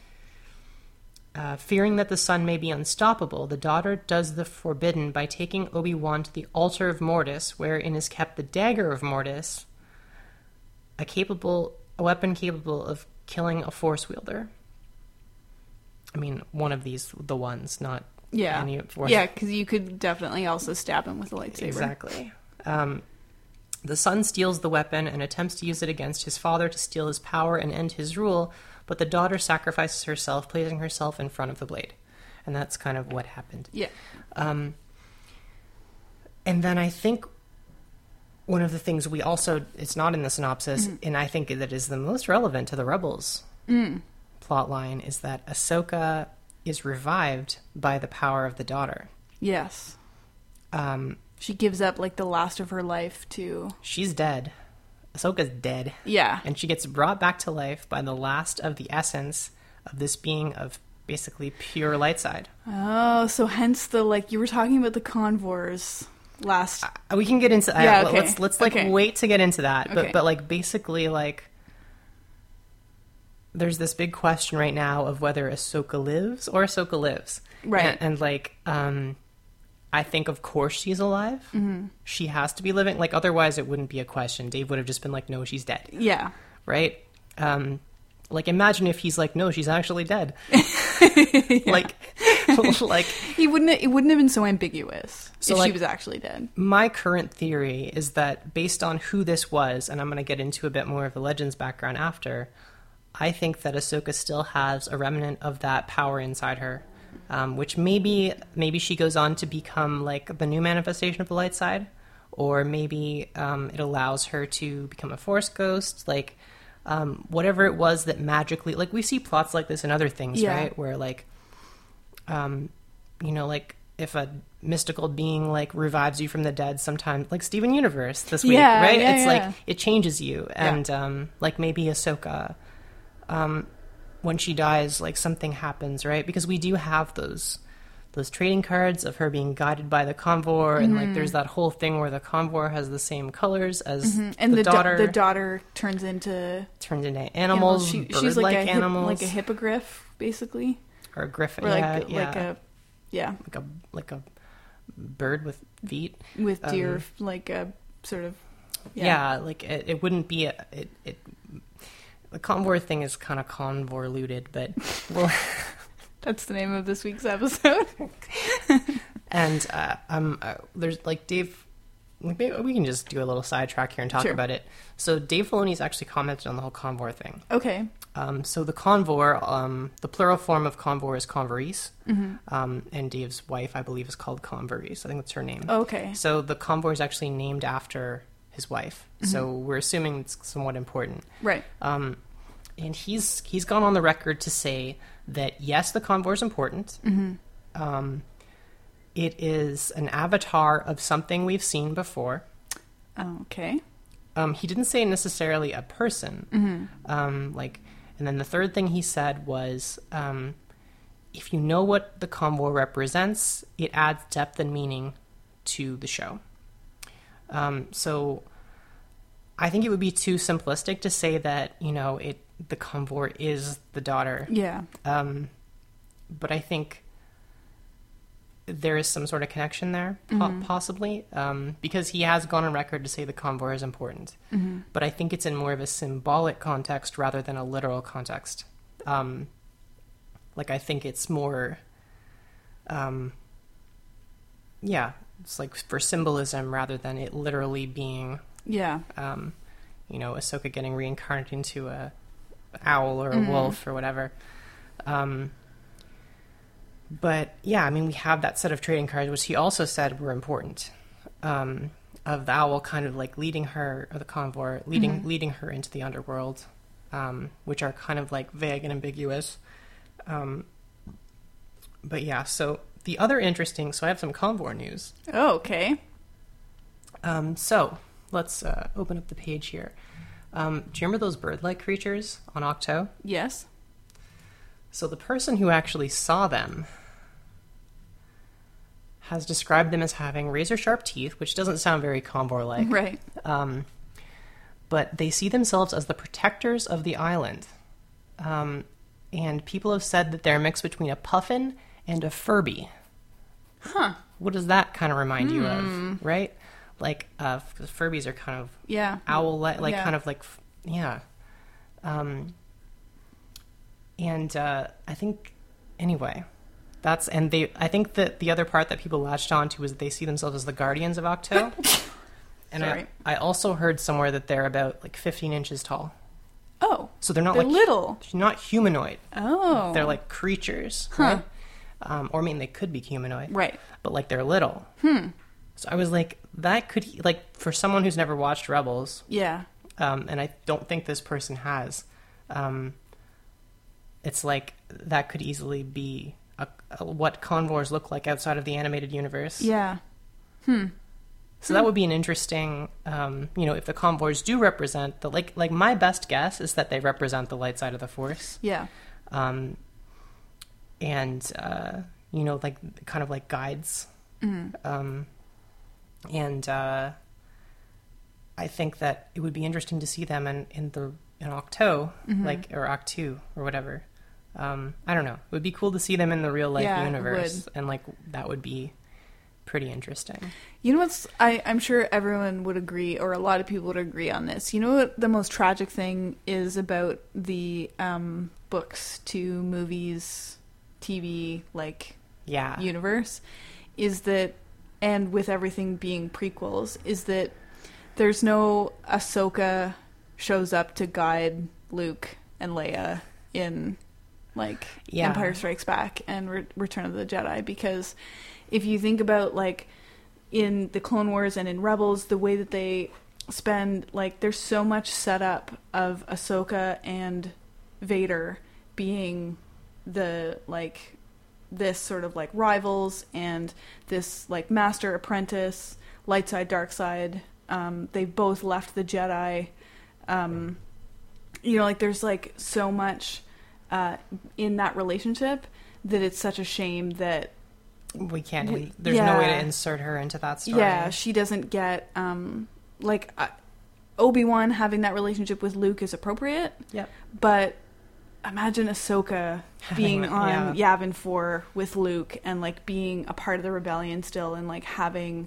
Uh, fearing that the son may be unstoppable, the daughter does the forbidden by taking Obi Wan to the altar of Mortis, wherein is kept the dagger of Mortis, a capable a weapon capable of killing a force wielder. I mean, one of these the ones, not Yeah. any force Yeah, because you could definitely also stab him with a lightsaber. Exactly. Um, the son steals the weapon and attempts to use it against his father to steal his power and end his rule, but the daughter sacrifices herself, placing herself in front of the blade. And that's kind of what happened. Yeah. Um, and then I think one of the things we also, it's not in the synopsis, and I think that is the most relevant to the Rebels plot line, is that Ahsoka is revived by the power of the daughter. Yes. Um, She gives up like the last of her life to. she's dead. Ahsoka's dead. Yeah. And she gets brought back to life by the last of the essence of this being of basically pure light side. Oh, so hence the like you were talking about the convors last. Uh, we can get into that. Yeah, okay. Let's let's like Okay. wait to get into that. But Okay. but like basically like there's this big question right now of whether Ahsoka lives or Ahsoka lives. Right. And, and, like um I think of course she's alive. Mm-hmm. She has to be living. Like otherwise it wouldn't be a question. Dave would have just been like, No, she's dead. Yeah. right? Um, like imagine if he's like, no, she's actually dead. Like, like He wouldn't. It wouldn't have been so ambiguous So, if she like- was actually dead. my current theory is that based on who this was, and I'm going to get into a bit more of the legends background after. I think that Ahsoka still has a remnant of that power inside her, um, which maybe maybe she goes on to become like the new manifestation of the light side, or maybe um, it allows her to become a force ghost, like um, whatever it was that magically like we see plots like this in other things, Yeah. right? Where like you know, like if a mystical being like revives you from the dead sometimes like Steven Universe this week, Yeah, right? yeah, it's yeah. like it changes you. And um like maybe Ahsoka um when she dies, like something happens, right? Because we do have those those trading cards of her being guided by the convor and like Mm-hmm. there's that whole thing where the convor has the same colors as And the, the, da- daughter the daughter turns into turns into animal- animals, she- bird like, a hip- animals like a hippogriff, basically, or a griffin. or yeah, like yeah. like a yeah like a like a bird with feet. with Um, deer, like a sort of yeah. yeah, like it, it wouldn't be a, it, it the convor thing is kind of convoluted but well That's the name of this week's episode. and uh, um uh, there's like dave like maybe we can just do a little sidetrack here and talk Sure. about it so dave Filoni's actually commented on the whole convor thing okay. um, so the convor um, the plural form of convor is convorees Mm-hmm. um, and dave's wife i believe is called convorees i think that's her name Oh, Okay. so the convor is actually named after his wife so Mm-hmm. we're assuming it's somewhat important Right. Um, and he's he's gone on the record to say that yes, the convor is important. Um, it is an avatar of something we've seen before. Okay. Um, he didn't say necessarily a person. Um, like, and then the third thing he said was, um, if you know what the convor represents, it adds depth and meaning to the show. Um, so, I think it would be too simplistic to say that you know it the convor is the daughter Yeah. um, but I think there is some sort of connection there, po- possibly, um, because he has gone on record to say the convoy is important. Mm-hmm. But I think it's in more of a symbolic context rather than a literal context. Um, like I think it's more, um, yeah, it's like for symbolism rather than it literally being Yeah. um, you know, Ahsoka getting reincarnated into a owl or a wolf or whatever. Um, but yeah, I mean, we have that set of trading cards, which he also said were important. Um, of the owl kind of like leading her, or the convor leading leading her into the underworld, um, which are kind of like vague and ambiguous. Um, but yeah, so the other interesting. So I have some convor news. Oh, okay. Um, so let's uh, open up the page here. Um, do you remember those bird-like creatures on Octo? Yes. So the person who actually saw them has described them as having razor-sharp teeth, which doesn't sound very Combor-like. Right. Um, but they see themselves as the protectors of the island. Um, and people have said that they're a mix between a puffin and a Furby. Huh. What does that kind of remind you of, right? Like, uh, f- 'cause Furbies are kind of Yeah. owl like like Yeah. kind of like f- yeah um and uh i think anyway that's and they i think that the other part that people latched onto was that they see themselves as the guardians of octo and Sorry. I, I also heard somewhere that they're about like 15 inches tall Oh. So they're not They're like little. They're not humanoid. Oh. They're like creatures. right? Um, or I mean, they could be humanoid, Right. But like they're little. Hmm. So I was like, that could like for someone who's never watched Rebels, Yeah. um, and I don't think this person has. Um, it's like that could easily be a, a, what convors look like outside of the animated universe. Yeah. So that would be an interesting, um, you know, if the convors do represent the like, like my best guess is that they represent the light side of the force, Yeah. um, and uh, you know, like kind of like guides, Mm-hmm. um, and uh, I think that it would be interesting to see them in in the in Octo, Mm-hmm. like or Octu or whatever. Um, I don't know. It would be cool to see them in the real life Yeah, it universe, and like that would be pretty interesting. You know what's? I, I'm sure everyone would agree, or a lot of people would agree on this. You know what the most tragic thing is about the um, books to movies, TV like Yeah. universe, is that, and with everything being prequels, is that there's no Ahsoka shows up to guide Luke and Leia in like Yeah. Empire Strikes Back and Re- Return of the Jedi because if you think about like in the Clone Wars and in Rebels, the way that they spend like there's so much setup of Ahsoka and Vader being the like this sort of like rivals and this like master apprentice light side dark side um, they've both left the jedi um, you know like there's like so much uh, in that relationship that it's such a shame that we can't We- in- there's no way to yeah. insert her into that story yeah she doesn't get um, like uh, obi-wan having that relationship with luke is appropriate yep but imagine Ahsoka Having being it, on Yavin 4 with Luke and like being a part of the rebellion still and like having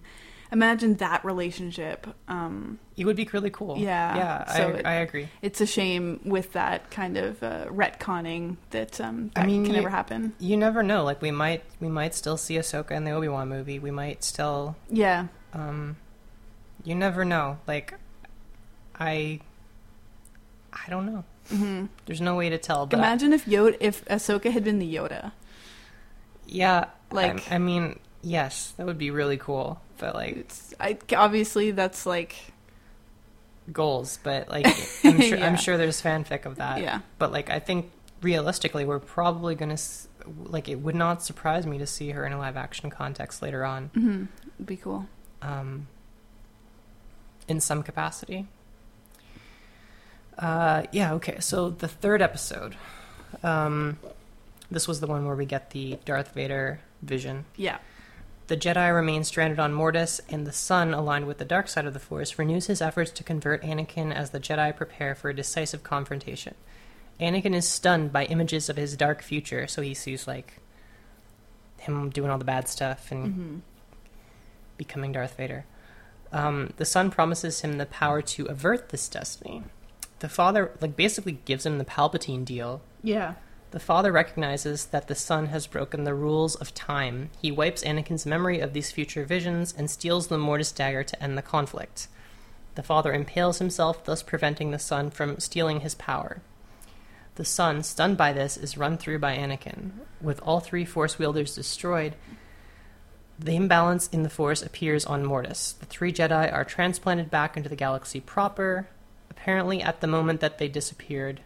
imagine that relationship. Um it would be really cool Yeah, yeah so I, it- I agree it's a shame with that kind of uh, retconning that um I that mean, can you- never happen. you never know like we might we might still see ahsoka in the obi-wan movie we might still Yeah. um you never know like i i don't know hmm there's no way to tell but Imagine if Yoda if Ahsoka had been the Yoda. yeah Like- I, I mean yes that would be really cool but like It's I obviously that's like goals but like i'm sure Yeah. i'm sure there's fanfic of that yeah. but like I think realistically we're probably going to like it would not surprise me to see her in a live action context later on Mhm. It'd be cool. um in some capacity. Uh yeah, okay. So the third episode um this was the one where we get the Darth Vader vision. Yeah. The Jedi remain stranded on Mortis, and the Sun, aligned with the dark side of the Force, renews his efforts to convert Anakin as the Jedi prepare for a decisive confrontation. Anakin is stunned by images of his dark future, so he sees, like, him doing all the bad stuff and Mhm. becoming Darth Vader. Um, the Sun promises him the power to avert this destiny. The father, like, basically gives him the Palpatine deal, Yeah. the father recognizes that the son has broken the rules of time. He wipes Anakin's memory of these future visions and steals the Mortis dagger to end the conflict. The father impales himself, thus preventing the son from stealing his power. The son, stunned by this, is run through by Anakin. With all three Force wielders destroyed, the imbalance in the Force appears on Mortis. The three Jedi are transplanted back into the galaxy proper. Apparently, at the moment that they disappeared,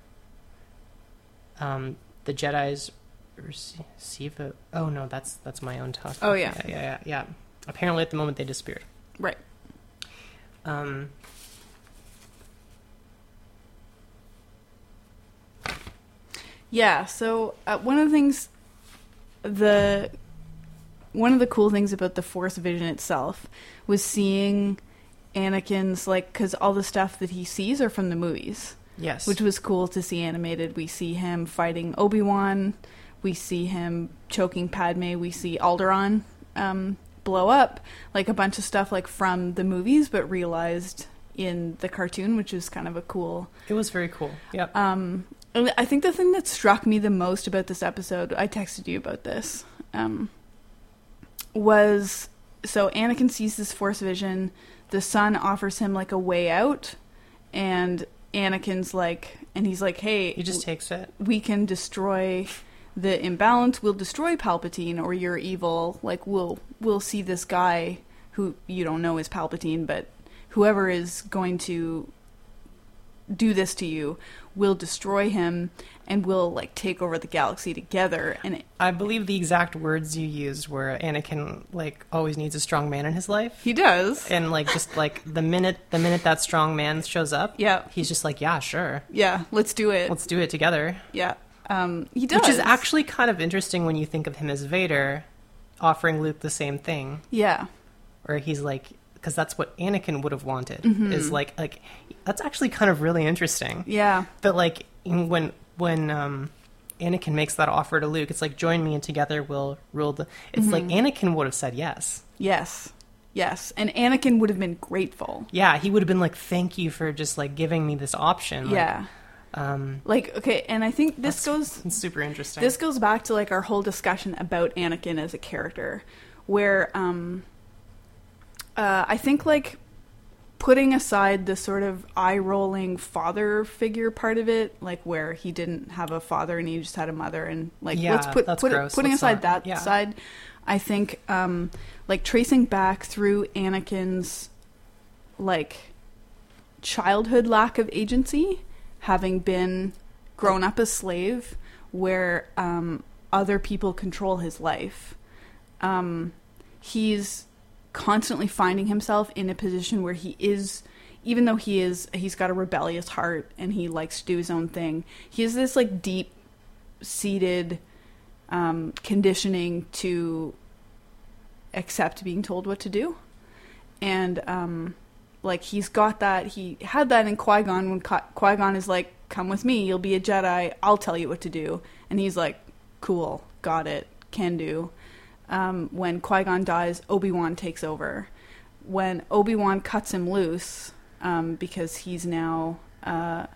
um, the Jedi's receive a. Oh no, that's that's my own talk. Oh, yeah. yeah, yeah, yeah. yeah. Apparently, at the moment they disappeared. Right. Um, Yeah. So uh, one of the things, the one of the cool things about the Force Vision itself was seeing Anakin's like because all the stuff that he sees are from the movies, yes. which was cool to see animated. We see him fighting Obi Wan, we see him choking Padme, we see Alderaan um, blow up, like a bunch of stuff like from the movies, but realized in the cartoon, which is kind of a cool it was very cool. Yep. um, and I think the thing that struck me the most about this episode, I texted you about this, um, was so Anakin sees this Force vision. The sun offers him like a way out, and Anakin's like, and he's like, "Hey, He just takes it. we can destroy the imbalance. We'll destroy Palpatine, or you're evil. Like we'll we'll see this guy who you don't know is Palpatine, but whoever is going to do this to you will destroy him, and we'll like take over the galaxy together. And it, I believe the exact words you used were Anakin like always needs a strong man in his life. he does. And like just like the minute the minute that strong man shows up, Yeah. he's just like, Yeah, sure. Yeah, let's do it. Let's do it together. yeah, um, he does. Which is actually kind of interesting when you think of him as Vader offering Luke the same thing. yeah, Or he's like because that's what Anakin would have wanted. Mm-hmm. Is like like that's actually kind of really interesting. yeah, But like in- when when um Anakin makes that offer to Luke, it's like join me and together we'll rule the it's like Mm-hmm. Anakin would have said yes. yes, yes. And Anakin would have been grateful. Yeah, he would have been like, Thank you for just like giving me this option. Like, yeah, Um like okay, and I think this goes it's super interesting. This goes back to like our whole discussion about Anakin as a character, where um, uh, I think like putting aside the sort of eye rolling father figure part of it, like where he didn't have a father and he just had a mother, and like Yeah, let's put, that's put gross. putting Let's aside not- that yeah. side, I think um, like tracing back through Anakin's like childhood lack of agency, having been grown up a slave, where um, other people control his life. Um, he's constantly finding himself in a position where he is, even though he is, he's got a rebellious heart and he likes to do his own thing. He has this like deep seated um, conditioning to accept being told what to do. And um, like he's got that. He had that in Qui Gon when Qui Gon is like, "Come with me. You'll be a Jedi. I'll tell you what to do." And he's like, "Cool, got it. Can do." Um, when Qui Gon dies, Obi Wan takes over. When Obi Wan cuts him loose um, because he's now uh,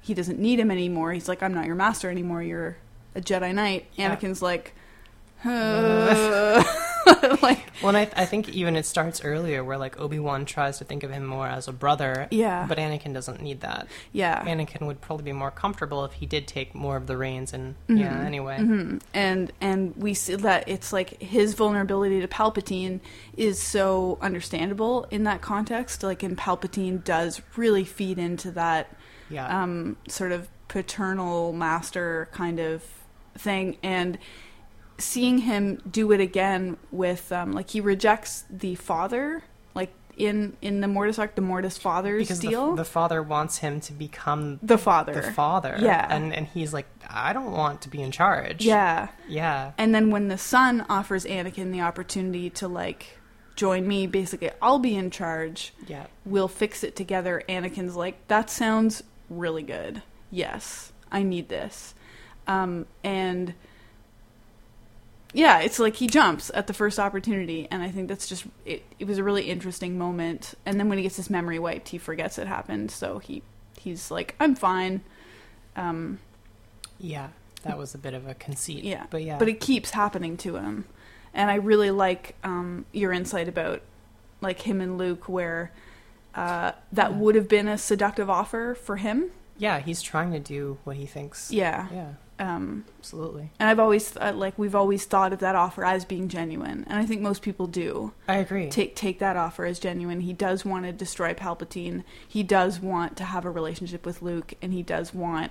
he doesn't need him anymore. He's like, "I'm not your master anymore. You're a Jedi Knight." Yeah. Anakin's like. "Huh." like well, and I, I think even it starts earlier where like Obi Wan tries to think of him more as a brother, yeah but Anakin doesn't need that. yeah Anakin would probably be more comfortable if he did take more of the reins. And yeah, Mhm. anyway, hmm And and we see that it's like his vulnerability to Palpatine is so understandable in that context. Like, and Palpatine does really feed into that yeah, um, sort of paternal master kind of thing. And seeing him do it again with um, like he rejects the father, like in in the Mortis arc, the Mortis father's because the, deal. the father wants him to become The father. the father. Yeah. and and he's like, I don't want to be in charge. yeah. yeah, And then when the son offers Anakin the opportunity to like join me, basically, I'll be in charge. yeah. We'll fix it together. Anakin's like, that sounds really good. Yes, I need this. Um, and yeah, it's like he jumps at the first opportunity, and I think that's just it. It was a really interesting moment. And then when he gets his memory wiped, he forgets it happened. So he he's like, I'm fine. Um, Yeah, that was a bit of a conceit. Yeah, but yeah, but it keeps happening to him and i really like um, your insight about like him and luke where uh, that Yeah. would have been a seductive offer for him yeah, he's trying to do what he thinks. yeah yeah, um, absolutely. and i've always uh, like we've always thought of that offer as being genuine and i think most people do I agree. take take that offer as genuine he does want to destroy palpatine he does want to have a relationship with luke and he does want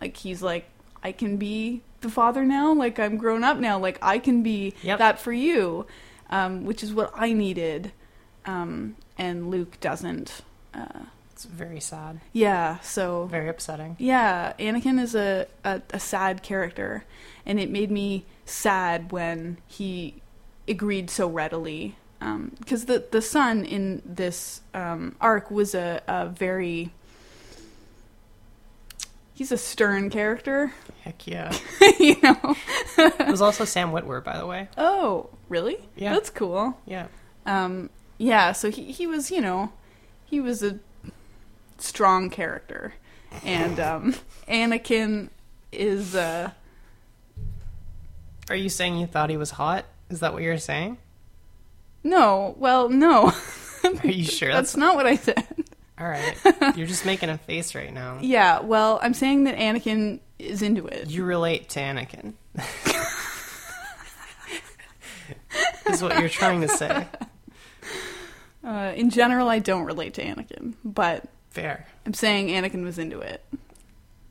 like he's like i can be the father now like i'm grown up now like i can be Yep. that for you, um, which is what I needed. Um, and Luke doesn't. Uh, it's very sad, yeah, so very upsetting. yeah, Anakin is a, a, a sad character, and it made me sad when he agreed so readily. Because the the son in this um, arc was a, a very he's a stern character, Heck yeah. you know. it was also Sam Witwer, by the way. Oh, really? Yeah. that's cool. Yeah, Um, yeah, so he, he was, you know, he was a strong character. And um, Anakin is, uh, are you saying you thought he was hot? Is that what you're saying? no, well, no. Are you sure? That's not what I said. All right. You're just making a face right now. Yeah, well, I'm saying that Anakin is into it. You relate to Anakin. is what you're trying to say. Uh, in general, I don't relate to Anakin, but Fair. I'm saying Anakin was into it.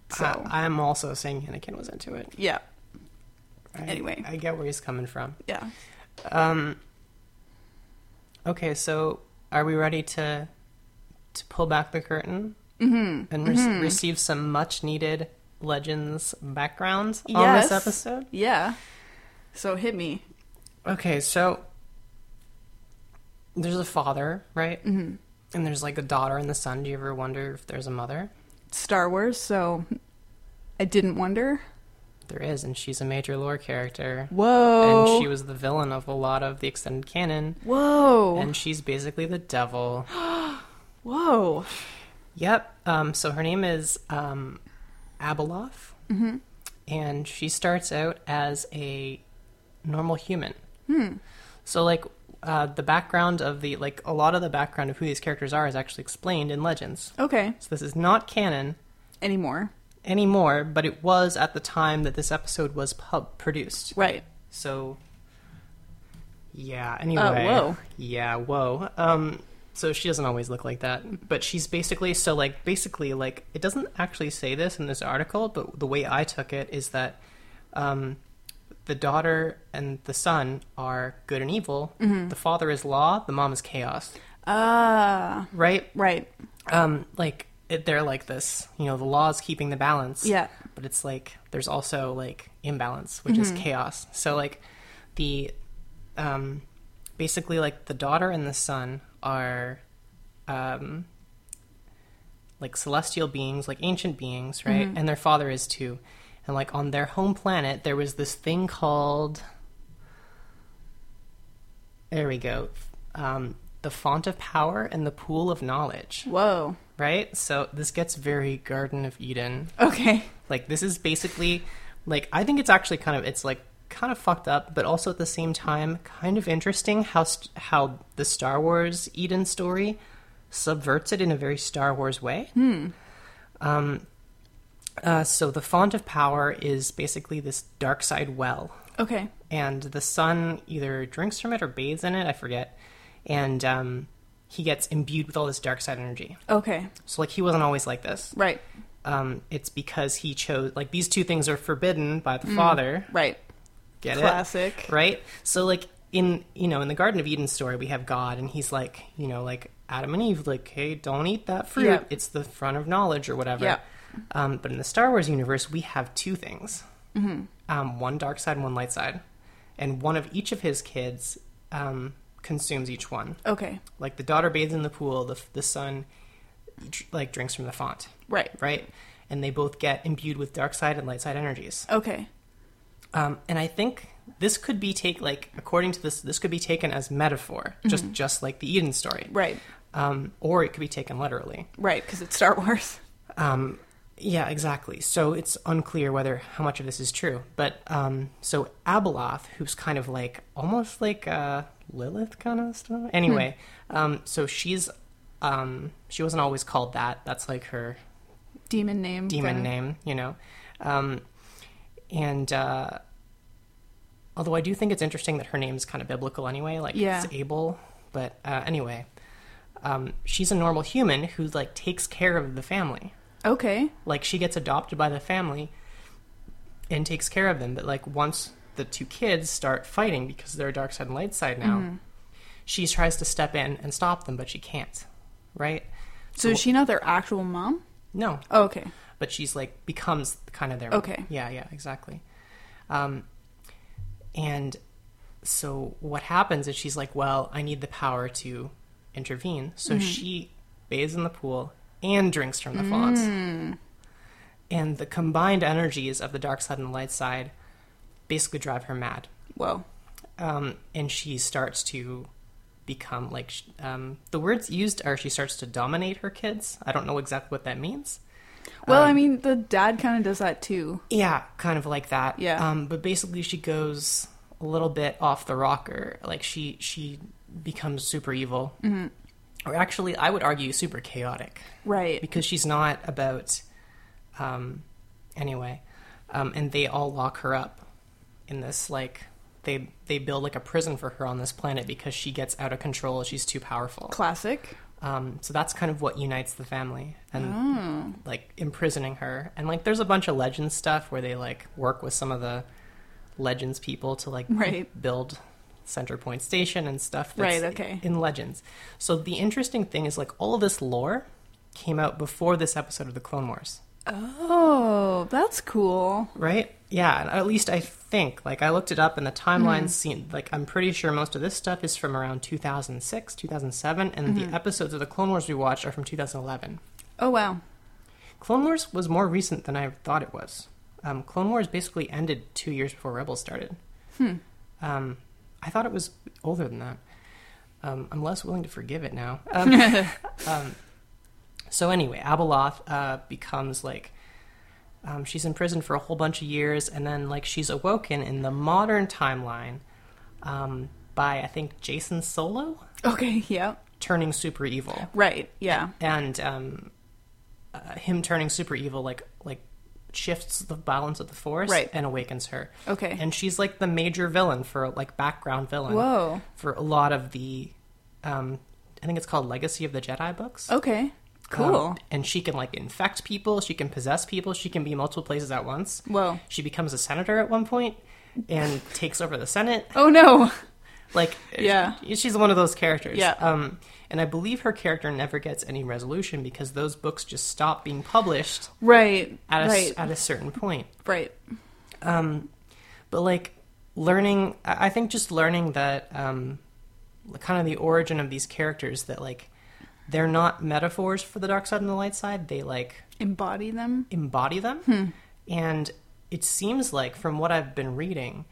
So, I- I'm also saying Anakin was into it. yeah, I- Anyway. I get where he's coming from. yeah. Um. Okay, so are we ready to to pull back the curtain Mm-hmm. and re- receive some much needed legends background on Yes. this episode? Yeah. So hit me. Okay, so there's a father, right? Mm-hmm. And there's like a daughter and the son. Do you ever wonder if there's a mother? Star Wars, so I didn't wonder. There is, and she's a major lore character. Whoa. And she was the villain of a lot of the extended canon, Whoa. and she's basically the devil. Whoa. Yep. Um, so her name is um, Abeloff, and she starts out as a normal human. So, like, uh, the background of the like a lot of the background of who these characters are is actually explained in Legends. Okay. So this is not canon Anymore. anymore, but it was at the time that this episode was pub produced. Right. So, yeah. Anyway, whoa. Yeah, whoa. Um, so she doesn't always look like that, but she's basically so like basically like it doesn't actually say this in this article, but the way I took it is that, um, the daughter and the son are good and evil. The father is law. The mom is chaos. Ah. Right. right. Um, like it, they're like this. You know, the law is keeping the balance Yeah. but it's like there's also like imbalance which is chaos so like the um basically like the daughter and the son are um like celestial beings like ancient beings right and their father is too and like on their home planet there was this thing called there we go um the font of power and the pool of knowledge Whoa. right so this gets very garden of eden Okay. like this is basically like I think it's actually kind of it's like kind of fucked up, but also at the same time kind of interesting how st- how the Star Wars Eden story subverts it in a very Star Wars way. Um, uh, so the font of power is basically this dark side well Okay. and the son either drinks from it or bathes in it, I forget. And um, he gets imbued with all this dark side energy. Okay. So like he wasn't always like this Right. um, it's because he chose like these two things are forbidden by Mm. the father. Right. Get Classic. it, right? So like in you know in the Garden of Eden story, we have God, and he's like you know like Adam and Eve, like hey, don't eat that fruit. Yeah. It's the front of knowledge or whatever. Yeah. Um, but in the Star Wars universe, we have two things: Mm-hmm. um, one dark side, and one light side, and one of each of his kids um, consumes each one. Okay. Like the daughter bathes in the pool, the the son dr- like drinks from the font Right. right? And they both get imbued with dark side and light side energies. Okay. Um, and I think this could be take like according to this, this could be taken as metaphor, just just like the Eden story, Right. um, or it could be taken literally. Right. Because it's Star Wars. Um, yeah, exactly. So it's unclear whether how much of this is true. But um, so Abeloth, who's kind of like almost like uh, Lilith kind of stuff. Anyway, um, so she's um, she wasn't always called that. That's like her Demon name. demon then- name, you know. Um, and uh, although I do think it's interesting that her name's kind of biblical anyway, like Yeah. it's Abel. But uh, anyway, um, she's a normal human who like takes care of the family. Okay. Like she gets adopted by the family and takes care of them. But like once the two kids start fighting because they're dark side and light side now, she tries to step in and stop them, but she can't. Right? So is she not their actual mom? No, Oh, okay. but she's like becomes kind of their Okay. yeah yeah exactly um and so what happens is she's like well i need the power to intervene so she bathes in the pool and drinks from the fonts and the combined energies of the dark side and the light side basically drive her mad Whoa. um, and she starts to become like sh- um, the words used are she starts to dominate her kids i don't know exactly what that means Well, I mean, the dad kind of does that too. Yeah, kind of like that. Yeah. Um, but basically, she goes a little bit off the rocker. Like she she becomes super evil, or actually, I would argue, super chaotic Right. because she's not about. Um, anyway, um, and they all lock her up in this like they they build like a prison for her on this planet because she gets out of control. She's too powerful. Classic. Um, so that's kind of what unites the family and Mm. like imprisoning her. And like there's a bunch of legends stuff where they like work with some of the legends people to like Right. build center point station and stuff Right, okay. in legends. So the interesting thing is like all of this lore came out before this episode of the Clone Wars. Oh, that's cool. Right? Yeah, and at least I think. Like I looked it up and the Mm-hmm. timeline seemed like I'm pretty sure most of this stuff is from around 2006, 2007 and Mm-hmm. the episodes of the Clone Wars we watched are from 2011. Oh wow. Clone Wars was more recent than I thought it was. Um, Clone Wars basically ended two years before Rebels started. Um, I thought it was older than that. Um, I'm less willing to forgive it now. Um, um, so anyway, Abeloth uh, becomes like um, she's in prison for a whole bunch of years, and then like she's awoken in the modern timeline um, by I think Jason Solo Okay. Yeah. turning super evil Right. Yeah. and um, uh, him turning super evil like like shifts the balance of the force Right. and awakens her Okay. and she's like the major villain for like background villain Whoa. for a lot of the um, i think it's called legacy of the jedi books Okay. Um, Oh, Cool. and she can like infect people she can possess people she can be multiple places at once Whoa. she becomes a senator at one point and takes over the senate oh no. like, Yeah. she- she's one of those characters. Yeah. Um, and I believe her character never gets any resolution because those books just stop being published Right. at a, s- right. at a certain point. Um, right. But like learning, I I think just learning that um, kind of the origin of these characters that like they're not metaphors for the dark side and the light side. They like Embody them. embody them. And it seems like, from what I've been reading,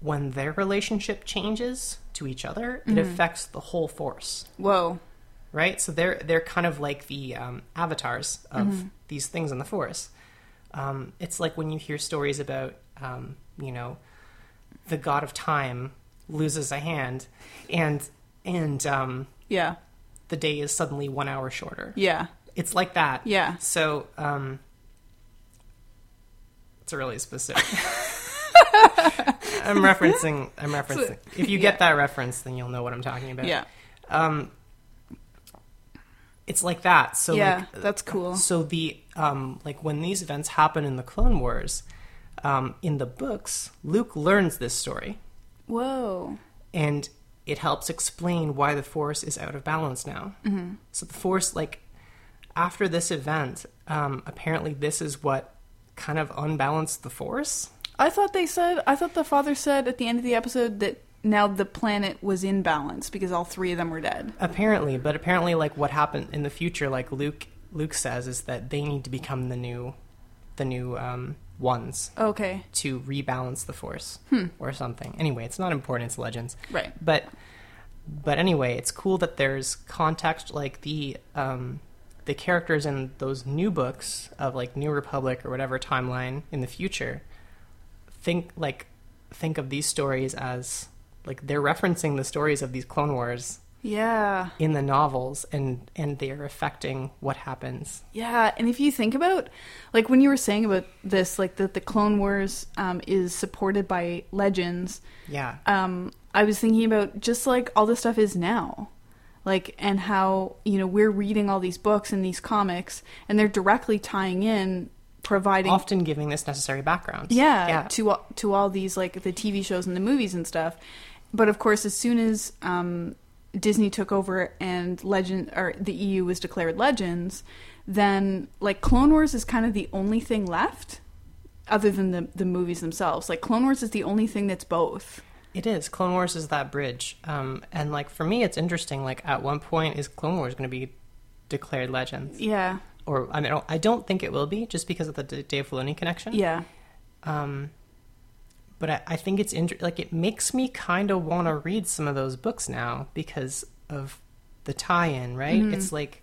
when their relationship changes to each other, it affects the whole force, Whoa. right? So they're they're kind of like the um, avatars of these things in the force. Um, it's like when you hear stories about, um, you know, the god of time loses a hand, and and um, Yeah. the day is suddenly one hour shorter. Yeah. It's like that. Yeah. So, um, it's really specific. I'm referencing. I'm referencing. If you get yeah. that reference, then you'll know what I'm talking about. Um, Yeah. It's like that. So, yeah. like, uh, that's cool. so the um, like when these events happen in the Clone Wars, um, in the books, Luke learns this story, Whoa. and it helps explain why the Force is out of balance now. Mm-hmm. So the Force, like after this event, um, apparently this is what kind of unbalanced the Force. I thought they said. I thought the father said at the end of the episode that now the planet was in balance because all three of them were dead. apparently but apparently like what happened in the future like luke luke says is that they need to become the new the new um ones Okay. to rebalance the force or something anyway it's not important it's legends Right. but but anyway it's cool that there's context like the um the characters in those new books of like new republic or whatever timeline in the future think like think of these stories as like they're referencing the stories of these clone wars Yeah. in the novels and and they're affecting what happens Yeah, and if you think about, like when you were saying about this, like that the Clone Wars um, is supported by legends. yeah Um, I was thinking about just like all this stuff is now, like and how you know we're reading all these books and these comics, and they're directly tying in, providing often giving this necessary background yeah, yeah to all- to all these like the TV shows and the movies and stuff. But of course, as soon as um, Disney took over and Legend or the EU was declared Legends, then like Clone Wars is kind of the only thing left, other than the the movies themselves. Like Clone Wars is the only thing that's both. it is clone wars is that bridge um and like for me it's interesting like at one point is clone wars going to be declared legends Yeah, or i mean I don't- i don't think it will be just because of the D- dave filoni connection yeah, um but i, I think it's inter- like it makes me kind of want to read some of those books now because of the tie-in right it's like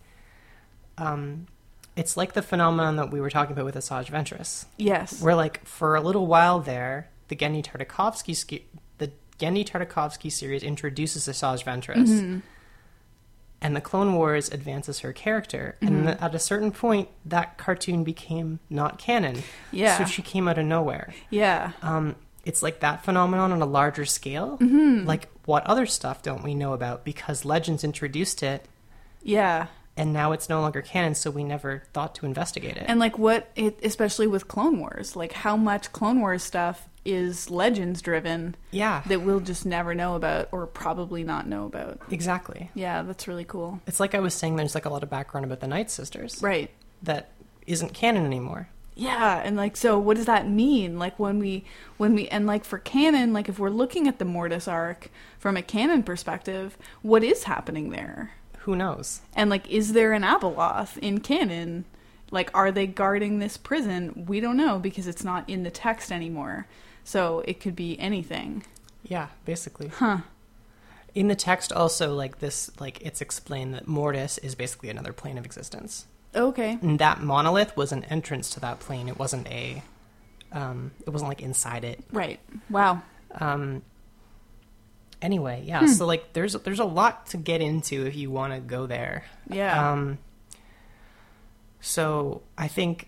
um it's like the phenomenon that we were talking about with asajj ventress yes, where like for a little while there the Genndy Tartakovsky Mm-hmm. ske- the Genndy Tartakovsky series introduces Asajj Ventress and the Clone Wars advances her character. And Mm-hmm. th- at a certain point, that cartoon became not canon. Yeah. So she came out of nowhere. Yeah. Um, it's like that phenomenon on a larger scale. Mm-hmm. Like, what other stuff don't we know about? Because Legends introduced it, Yeah. and now it's no longer canon, so we never thought to investigate it. And like what it especially with Clone Wars, like how much Clone Wars stuff is legends driven yeah, that we'll just never know about or probably not know about. exactly. Yeah, that's really cool. It's like I was saying, there's like a lot of background about the Night Sisters Right. that isn't canon anymore. Yeah, and like so what does that mean? Like when we when we and like for canon, like if we're looking at the Mortis arc from a canon perspective, what is happening there? Who knows? And like is there an Abeloth in canon? Like are they guarding this prison? We don't know because it's not in the text anymore. So it could be anything. Yeah, basically. Huh. In the text, also, like this, like it's explained that Mortis is basically another plane of existence. Okay. And that monolith was an entrance to that plane. It wasn't a, um, it wasn't like inside it. Right. Wow. Um, anyway, yeah. So like, there's there's a lot to get into if you want to go there. Yeah. Um, so I think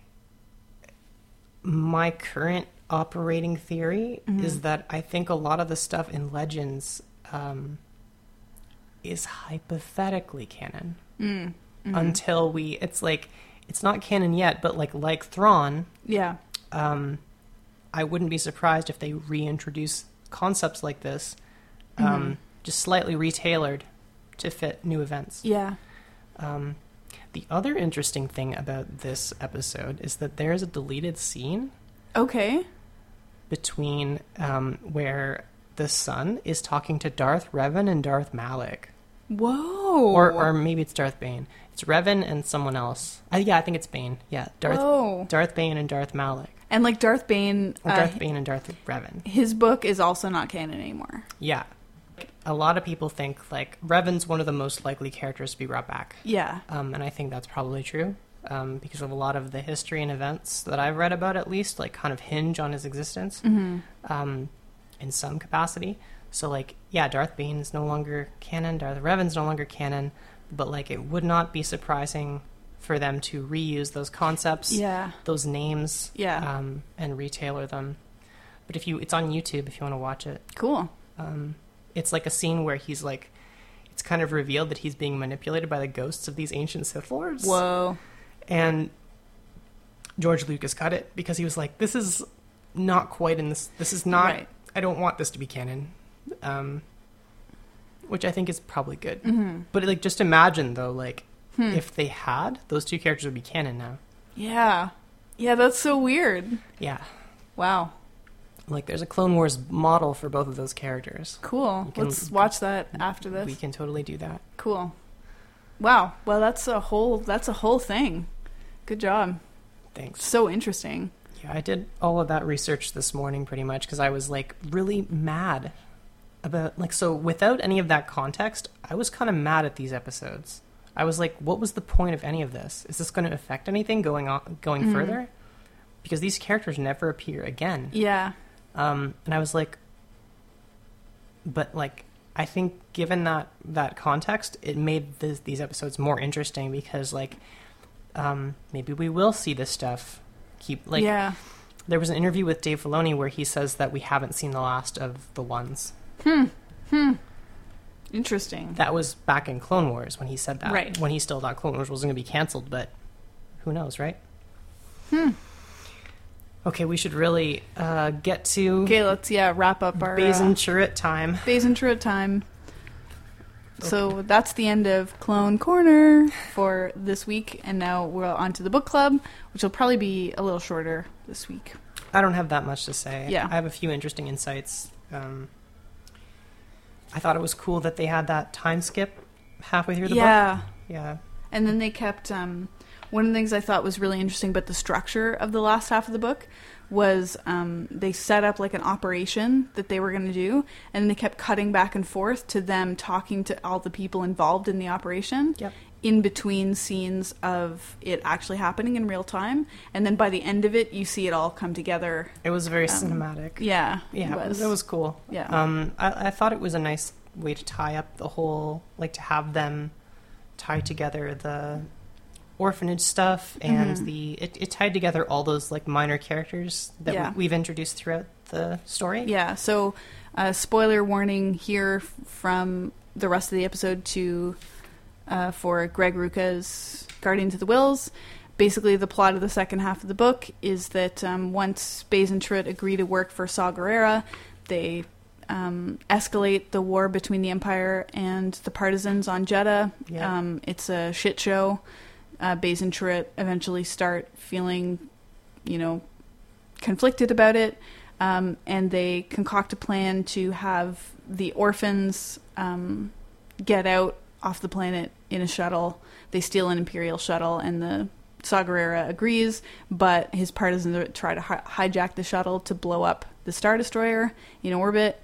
my current operating theory is that I think a lot of the stuff in Legends um, is hypothetically canon Mm, mm-hmm. until we. It's like it's not canon yet, but like like Thrawn, yeah. um, I wouldn't be surprised if they reintroduce concepts like this, um, just slightly retailored to fit new events. Yeah. Um, the other interesting thing about this episode is that there is a deleted scene Okay. between um, where the son is talking to Darth Revan and Darth Malik, Whoa. or or maybe it's Darth Bane. It's Revan and someone else. Uh, yeah, I think it's Bane. Yeah, Darth Whoa. Darth Bane and Darth Malik, And like Darth Bane, or uh, Darth Bane and Darth Revan. his book is also not canon anymore. Yeah, a lot of people think like Revan's one of the most likely characters to be brought back. Yeah. Um, and I think that's probably true um, because of a lot of the history and events that I've read about, at least, like kind of hinge on his existence Mm-hmm. um, in some capacity. So, like, yeah, Darth Bane is no longer canon, Darth Revan's no longer canon, but like, it would not be surprising for them to reuse those concepts, Yeah. those names, Yeah. um, and retailer them. But if you, it's on YouTube if you want to watch it Cool. um, it's like a scene where he's like it's kind of revealed that he's being manipulated by the ghosts of these ancient Sith lords. Whoa. And George Lucas cut it because he was like, "This is not quite in this. This is not. Right. I don't want this to be canon." Um, which I think is probably good. hmm But like, just imagine though, like Hmm. if they had those two characters would be canon now. Yeah. Yeah. That's so weird. Yeah, Wow. like there's a Clone Wars model for both of those characters. Cool. You can- Let's watch that after this. We can totally do that. Cool. Wow. Well, that's a whole. That's a whole thing. Good job. Thanks. So interesting. Yeah, I did all of that research this morning pretty much because I was like really mad about like so without any of that context, I was kind of mad at these episodes. I was like, what was the point of any of this? Is this going to affect anything going on going Mhm. further? Because these characters never appear again. Yeah. Um, and I was like, but like I think given that that context, it made this, these episodes more interesting because like um, maybe we will see this stuff keep like yeah. there was an interview with Dave Filoni where he says that we haven't seen the last of the ones. Interesting. That was back in Clone Wars when he said that. Right. When he still thought Clone Wars wasn't going to be canceled, but who knows, right? Hmm. Okay, we should really uh, get to Okay, let's yeah wrap up our Baze uh, and Chirrut time. phase intro time. So that's the end of Clone Corner for this week, and now we're on to the book club, which will probably be a little shorter this week. I don't have that much to say. Yeah. I have a few interesting insights. Um, I thought it was cool that they had that time skip halfway through the book. yeah, Yeah. and then they kept um, one of the things I thought was really interesting about the structure of the last half of the book was um, they set up like an operation that they were going to do, and they kept cutting back and forth to them talking to all the people involved in the operation. Yep. in between scenes of it actually happening in real time and then by the end of it you see it all come together It was very Um, cinematic. yeah Yeah, it was, it was cool. yeah Um, I, I thought it was a nice way to tie up the whole, like to have them tie together the orphanage stuff and Mm-hmm. the it, it tied together all those like minor characters that Yeah. we, we've introduced throughout the story. Yeah. So, uh, spoiler warning here f- from the rest of the episode to uh, for Greg Ruca's Guardians of the Wills. Basically, the plot of the second half of the book is that um, once Baze and Truitt agree to work for Saw Gerrera, they um, escalate the war between the Empire and the Partisans on Jeddah. Yeah. Um, it's a shit show. Uh, Baze and Truitt eventually start feeling, you know, conflicted about it, um, and they concoct a plan to have the orphans um, get out off the planet in a shuttle. They steal an Imperial shuttle, and the Sagarera agrees, but his partisans try to hi- hijack the shuttle to blow up the Star Destroyer in orbit.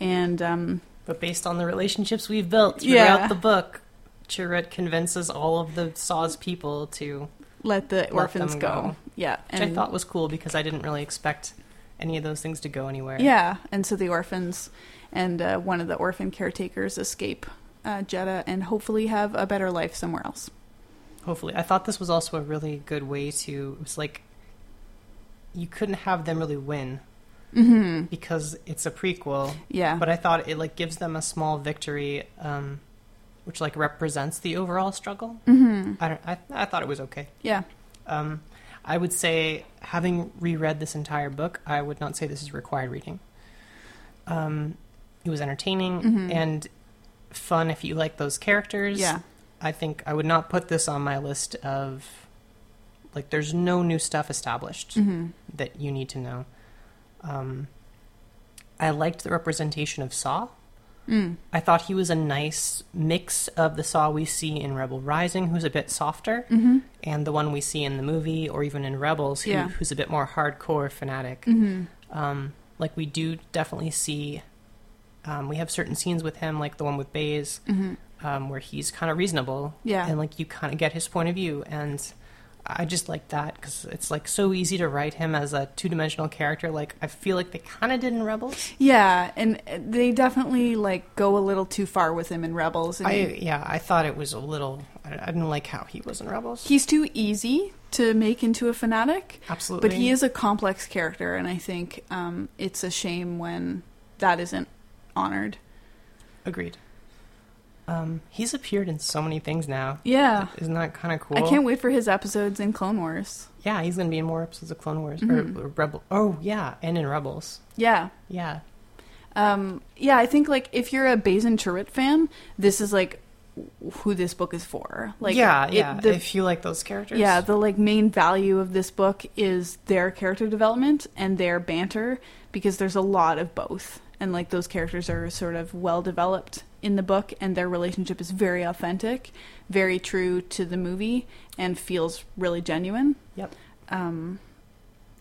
And um, But based on the relationships we've built throughout Yeah. the book, Chirrut convinces all of the Saw's people to, let the orphans them go. go. Yeah, which and I thought was cool because I didn't really expect any of those things to go anywhere. Yeah, and so the orphans and uh, one of the orphan caretakers escape uh, Jeddah and hopefully have a better life somewhere else. Hopefully, I thought this was also a really good way to. It was like you couldn't have them really win Mm-hmm. because it's a prequel, Yeah, but I thought it like gives them a small victory, um, which like represents the overall struggle. mm-hmm. I don't. I, I thought it was okay. yeah, Um, I would say, having reread this entire book, I would not say this is required reading. Um, it was entertaining Mhm. and fun if you like those characters. yeah, I think I would not put this on my list of like. There's no new stuff established mm-hmm. that you need to know. Um, I liked the representation of Saw. Mm. I thought he was a nice mix of the Saw we see in Rebel Rising, who's a bit softer, hmm and the one we see in the movie or even in Rebels, who, Yeah. who's a bit more hardcore fanatic. hmm Um, like we do definitely see, um, we have certain scenes with him, like the one with Baze, hmm um, where he's kind of reasonable, Yeah. and like you kind of get his point of view, and I just like that because it's like so easy to write him as a two-dimensional character. Like I feel like they kind of did in Rebels. Yeah, and they definitely like go a little too far with him in Rebels. And I yeah, I thought it was a little. I, I didn't like how he was in Rebels. he's too easy to make into a fanatic, Absolutely, but he is a complex character, and I think um, it's a shame when that isn't honored. agreed. Um, he's appeared in so many things now. Yeah. Isn't that kind of cool? I can't wait for his episodes in Clone Wars. Yeah, he's going to be in more episodes of Clone Wars Mhm. or, or Rebel. Oh yeah, and in Rebels. Yeah. Yeah, Um, yeah, I think like if you're a Bazin Turret fan, this is like who this book is for. Like yeah, it- yeah. the- if you like those characters, yeah, the like main value of this book is their character development and their banter because there's a lot of both. And like those characters are sort of well developed in the book and their relationship is very authentic, very true to the movie and feels really genuine. Yep. Um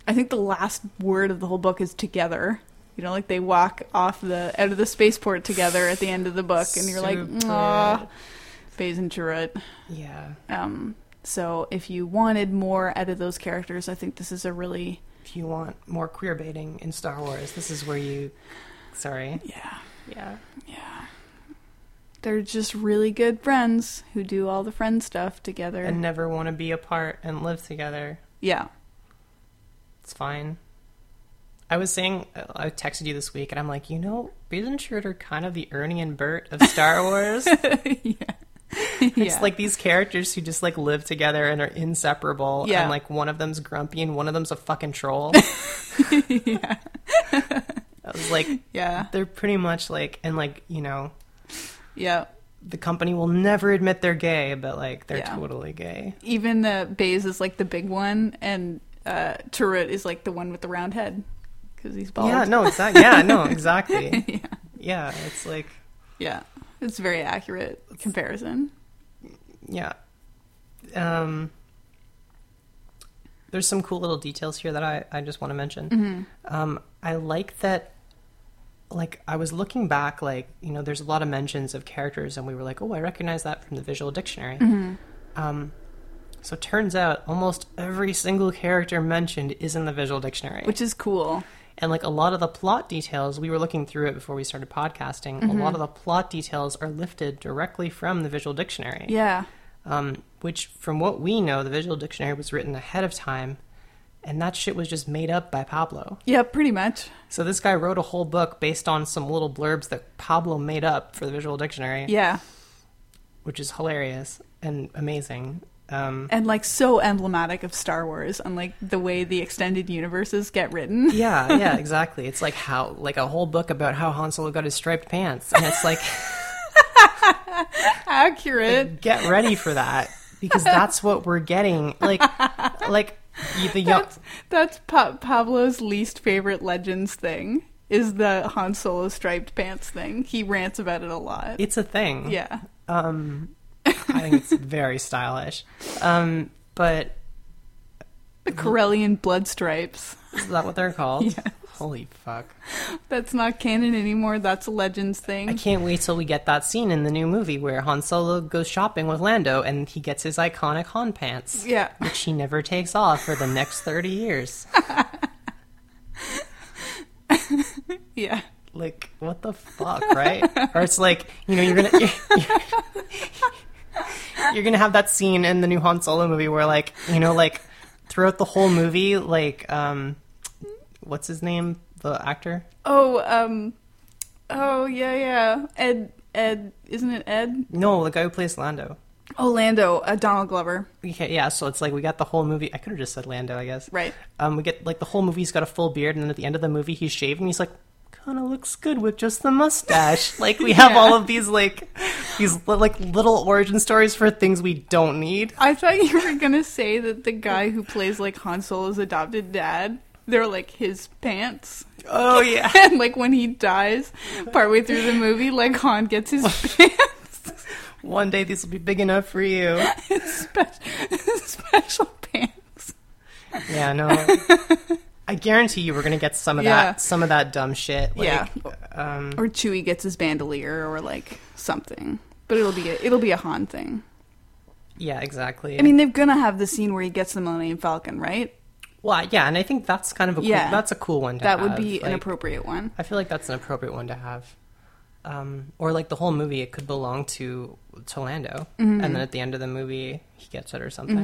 I think the last word of the whole book is together. You know, like they walk off the out of the spaceport together at the end of the book and you're like, Super- "Aw, Faze and Chirrut." yeah. Um, so if you wanted more out of those characters, I think this is a really If you want more queer baiting in Star Wars, this is where you. Sorry. yeah Yeah. yeah. They're just really good friends who do all the friend stuff together. And never want to be apart and live together. yeah, It's fine. I was saying, I texted you this week, and I'm like, you know, Basin Schroeder are kind of the Ernie and Bert of Star Wars. It's Yeah. like these characters who just like live together and are inseparable, Yeah. and like one of them's grumpy and one of them's a fucking troll. yeah, I was like, yeah, they're pretty much like, and like you know, yeah. the company will never admit they're gay, but like they're Yeah. totally gay. Even uh, Baze is like the big one, and uh, Turret is like the one with the round head because he's bald. Yeah, no, exactly. Yeah, no, exactly. yeah. yeah, it's like, yeah, it's a very accurate comparison. yeah. Um, there's some cool little details here that I I just want to mention. Mm-hmm. Um, I like that. Like I was looking back, like you know, there's a lot of mentions of characters, and we were like, "Oh, I recognize that from the visual dictionary." Mm-hmm. Um, so it turns out almost every single character mentioned is in the visual dictionary, Which is cool. And like a lot of the plot details, we were looking through it before we started podcasting. A Mm-hmm. lot of the plot details are lifted directly from the visual dictionary. Yeah. Um, which, from what we know, the visual dictionary was written ahead of time, and that shit was just made up by Pablo. Yeah, pretty much. So this guy wrote a whole book based on some little blurbs that Pablo made up for the visual dictionary, Yeah. which is hilarious and amazing. Um, And like so emblematic of Star Wars and like the way the extended universes get written. yeah, yeah, exactly. It's like how, like a whole book about how Han Solo got his striped pants, and it's like. Accurate. get ready for that because that's what we're getting. Like, like you- the young. That's pa- Pablo's least favorite Legends thing is the Han Solo striped pants thing. He rants about it a lot. It's a thing. Yeah. Um, I think it's very stylish. Um, but The Mm-hmm. Corellian blood stripes. is that what they're called? Holy fuck! That's not canon anymore. That's a Legends I thing. can't wait till we get that scene in the new movie where Han Solo goes shopping with Lando and he gets his iconic Han pants, Yeah. which he never takes off for the next thirty years. Yeah. like what the fuck right or it's like you know you're gonna you're, gonna have that scene in the new han solo movie where like you know like throughout the whole movie like um what's his name the actor Oh, um Oh, yeah, yeah. Ed Ed isn't it Ed? no the guy who plays lando Orlando, uh, Donald Glover. okay, yeah so it's like we got the whole movie i could have just said lando i guess Right. um we get like the whole movie's got a full beard and then at the end of the movie he's shaved and he's like kind of looks good with just the mustache like we have Yeah. all of these like these like little origin stories for things we don't need I thought you were gonna say that the guy who plays like Han Solo's adopted dad, they're like his pants. Oh yeah. and like when he dies partway through the movie, like Han gets his pants, One day these will be big enough for you. his special, special pants. Yeah, no. I guarantee you we're gonna get some of Yeah. that some of that dumb shit. Like, Yeah. Um Or Chewie gets his bandolier, or like something. But it'll be a, it'll be a Han thing. yeah, exactly. I mean, they're gonna have the scene where he gets the Millennium Falcon, right? Well, yeah, and I think that's kind of a cool, Yeah. that's a cool one to That would have, be an like, appropriate one. I feel like that's an appropriate one to have. Um, or like the whole movie, it could belong to to Lando, Mm-hmm. and then at the end of the movie, he gets it or something.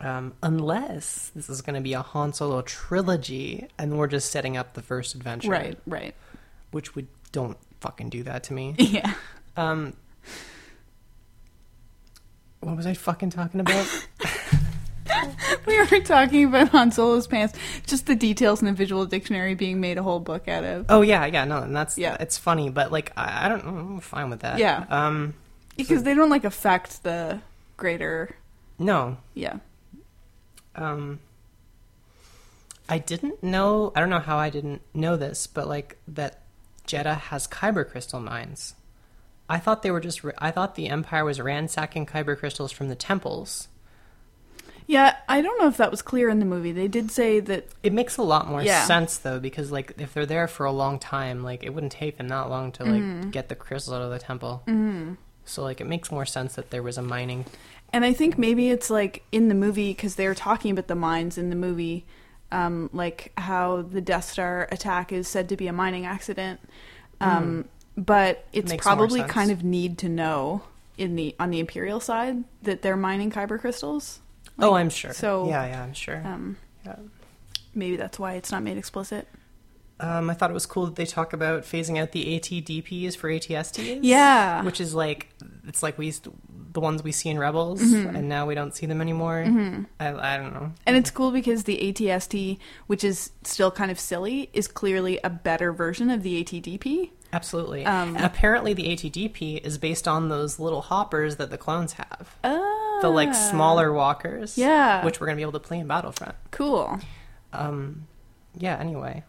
Mm-hmm. Um, unless this is going to be a Han Solo trilogy, and we're just setting up the first adventure, Right, right. Which would don't fucking do that to me. Yeah. Um, what was I fucking talking about? We were talking about Han Solo's pants, just the details in the visual dictionary being made a whole book out of. oh yeah, yeah, no, and that's Yeah. yeah, it's funny, but like I, I don't, I'm fine with that. Yeah. Um, Because they don't like affect the greater. no, Yeah. um, I didn't know. I don't know how I didn't know this, but like that Jeddah has kyber crystal mines. I thought they were just. ra- I thought the Empire was ransacking kyber crystals from the temples. Yeah, I don't know if that was clear in the movie. They did say that. It makes a lot more Yeah. sense though, because like if they're there for a long time, like it wouldn't take them that long to like Mm-hmm. get the crystals out of the temple. So like it makes more sense that there was a mining. And I think maybe it's like in the movie, because they were talking about the mines in the movie, um, like how the Death Star attack is said to be a mining accident. Um, But it's Makes more probably sense. kind of need to know in the on the Imperial side that they're mining kyber crystals. oh, I'm sure. so, yeah, yeah, I'm sure. Um, yeah. maybe that's why it's not made explicit. Um, I thought it was cool that they talk about phasing out the ATDPs for ATSTs. Yeah. which is like it's like we used to- the ones we see in Rebels, and now we don't see them anymore. I, I don't know. Mm-hmm. And it's cool because the ATST, which is still kind of silly, is clearly a better version of the ATDP. Absolutely. Um, and apparently, the ATDP is based on those little hoppers that the clones have. Oh. the like smaller walkers. Yeah. Which we're gonna be able to play in Battlefront. Cool. Um yeah, anyway.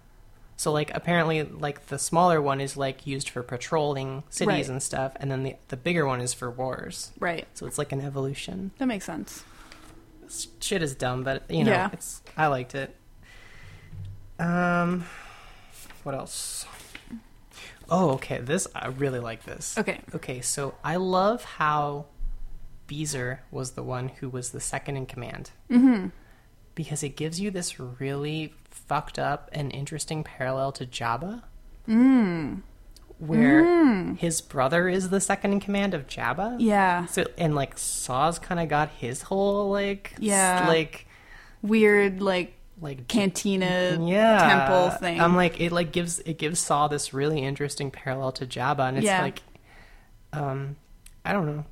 So like apparently like the smaller one is like used for patrolling cities Right. and stuff, and then the the bigger one is for wars. Right. So it's like an evolution. That makes sense. This shit is dumb, but you know, Yeah. it's I liked it. Um what else? Oh, okay. This I really like this. Okay. Okay, so I love how Beezer was the one who was the second in command. Mm-hmm. because it gives you this really fucked up and interesting parallel to Jabba. Mm. Where Mm-hmm. his brother is the second in command of Jabba. Yeah. So and like Saw's kind of got his whole like s- Yeah. like Weird like like cantina yeah temple thing. I'm like it like gives it gives Saw this really interesting parallel to Jabba, and it's Yeah. Hmm. like, um, I don't know.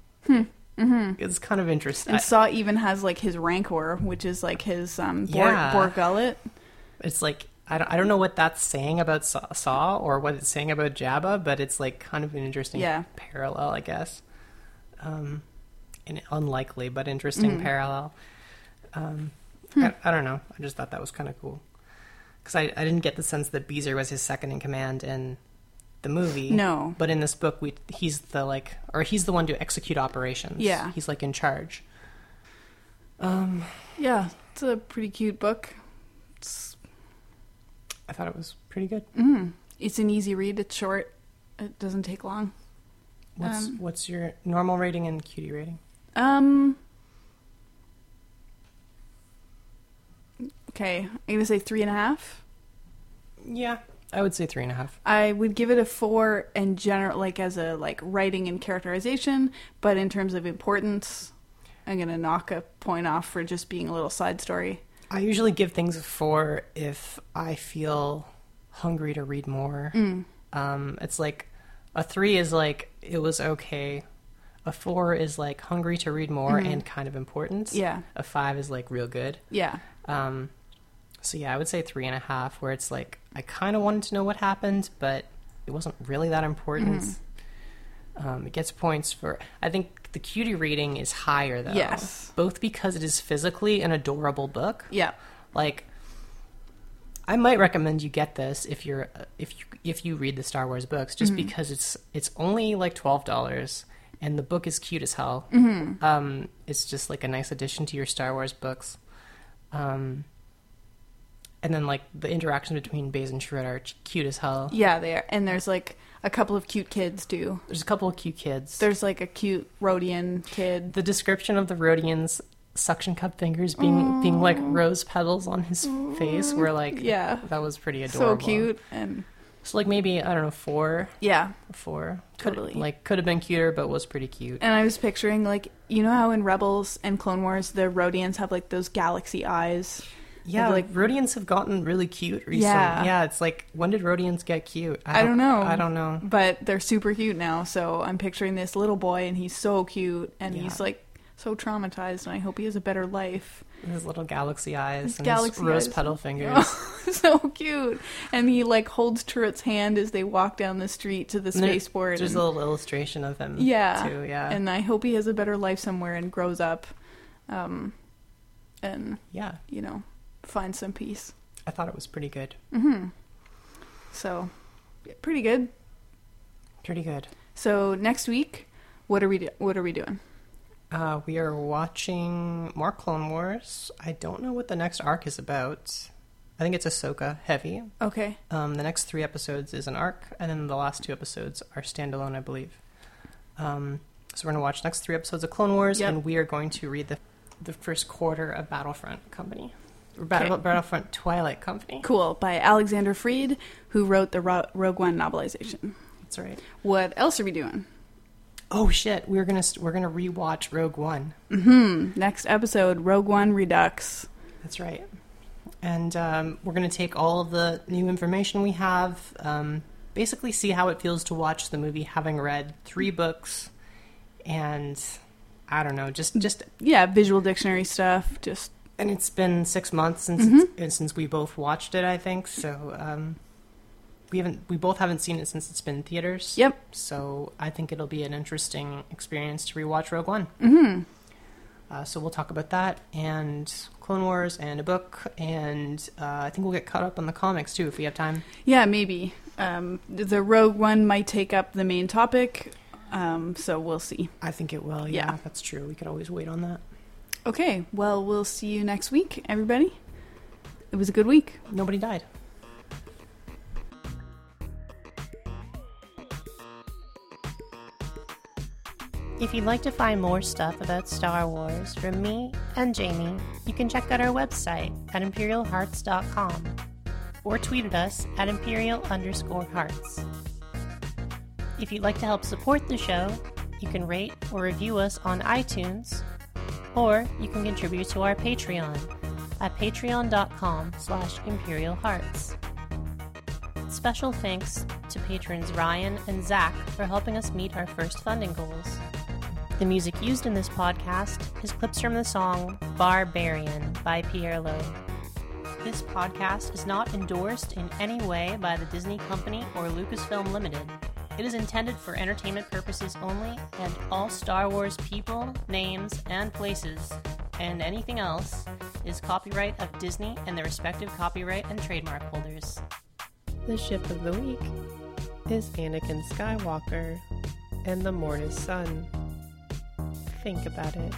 Mm-hmm. It's kind of interesting. and Saw even has like his rancor, which is like his um Bor, Yeah. Bor Gullet. it's like I don't I don't know what that's saying about Saw, Saw or what it's saying about Jabba, but it's like kind of an interesting Yeah. parallel, I guess. Um, an unlikely but interesting Mm-hmm. parallel. Um, Hmm. I, I don't know. I just thought that was kind of cool because I, I didn't get the sense that Beezer was his second in command in the movie. No. but in this book, we he's the like or he's the one to execute operations. Yeah. he's like in charge. Um, Yeah, it's a pretty cute book. It's I thought it was pretty good. mm, it's an easy read. It's short. It doesn't take long. What's Um, what's your normal rating and cutie rating? Um. Okay, I'm gonna say three and a half. Yeah, I would say three and a half. I would give it a four in general, like as a like writing and characterization, but in terms of importance, I'm gonna knock a point off for just being a little side story. I usually give things a four if I feel hungry to read more. Um, it's like a three is like it was okay. A four is like hungry to read more and kind of important. Yeah, A five is like real good. yeah, Um, so yeah, I would say three and a half, where it's like I kind of wanted to know what happened, but it wasn't really that important. Um, it gets points for. I think the cutie rating is higher though. Yes. Both because it is physically an adorable book. yeah, Like, I might recommend you get this if you're if you if you read the Star Wars books, just Mm-hmm. because it's it's only like twelve dollars. And the book is cute as hell. Mm-hmm. Um, it's just like a nice addition to your Star Wars books. Um, and then like the interaction between Baze and Shred are ch- cute as hell. yeah. They are, and there's like a couple of cute kids too. There's a couple of cute kids. There's like a cute Rhodian kid. the description of the Rhodian's suction cup fingers being being like rose petals on his face were like Yeah. that was pretty adorable. So cute and So like maybe I don't know four yeah. four Could- Totally. like could have been cuter but was pretty cute. And I was picturing like you know how in Rebels and Clone Wars the Rhodians have like those galaxy eyes. Yeah, like- like Rhodians have gotten really cute recently. Yeah. Yeah, it's like when did Rhodians get cute? I don't know. I don't know. But they're super cute now, so I'm picturing this little boy and he's so cute and Yeah. he's like so traumatized and I hope he has a better life. His little galaxy eyes His and galaxy his rose eyes. petal fingers. so cute. And he like holds Turret's hand as they walk down the street to the And there- spaceport. There's and, a little illustration of him. Yeah. Too. Yeah. and I hope he has a better life somewhere and grows up. Um and, yeah. you know, finds some peace. I thought it was pretty good. Mhm. So pretty good. Pretty good. So next week, what are we do- what are we doing? Uh, we are watching more Clone Wars. I don't know what the next arc is about. I think it's Ahsoka heavy. Okay. Um, the next three episodes is an arc, and then the last two episodes are standalone, I believe. Um, so we're going to watch next three episodes of Clone Wars, Yep. and we are going to read the the first quarter of Battlefront Company, or Battle, Okay. Battlefront Twilight Company. Cool by Alexander Freed, who wrote the Ro- Rogue One novelization. That's right. What else are we doing? Oh shit, we're gonna st- we're gonna rewatch Rogue One. Hmm. Next episode, Rogue One Redux. That's right. And um, we're going to take all of the new information we have, um, basically see how it feels to watch the movie having read three books, and I don't know, just just. Yeah, visual dictionary stuff. Just And it's been six months since it's, since we both watched it, I think. So um, we haven't we both haven't seen it since it's been in theaters. Yep. So I think it'll be an interesting experience to rewatch Rogue One. hmm Uh, so we'll talk about that and Clone Wars and a book, and uh, I think we'll get caught up on the comics too if we have time. Yeah, maybe. Um, the Rogue One might take up the main topic, um, so we'll see. I think it will. Yeah. yeah, that's true. We could always wait on that. Okay. Well, we'll see you next week, everybody. It was a good week. Nobody died. If you'd like to find more stuff about Star Wars from me and Jamie, you can check out our website at imperialhearts.com or tweet at us at imperial underscore hearts. If you'd like to help support the show, you can rate or review us on iTunes, or you can contribute to our Patreon at patreon.com slash imperial hearts. Special thanks to patrons Ryan and Zach for helping us meet our first funding goals. The music used in this podcast is clips from the song Barbarian by Pierre Lowe. This podcast is not endorsed in any way by the Disney Company or Lucasfilm Limited. It is intended for entertainment purposes only, and all Star Wars people, names, and places, and anything else, is copyright of Disney and their respective copyright and trademark holders. The ship of the week is Anakin Skywalker and the Mortis Sun. Think about it.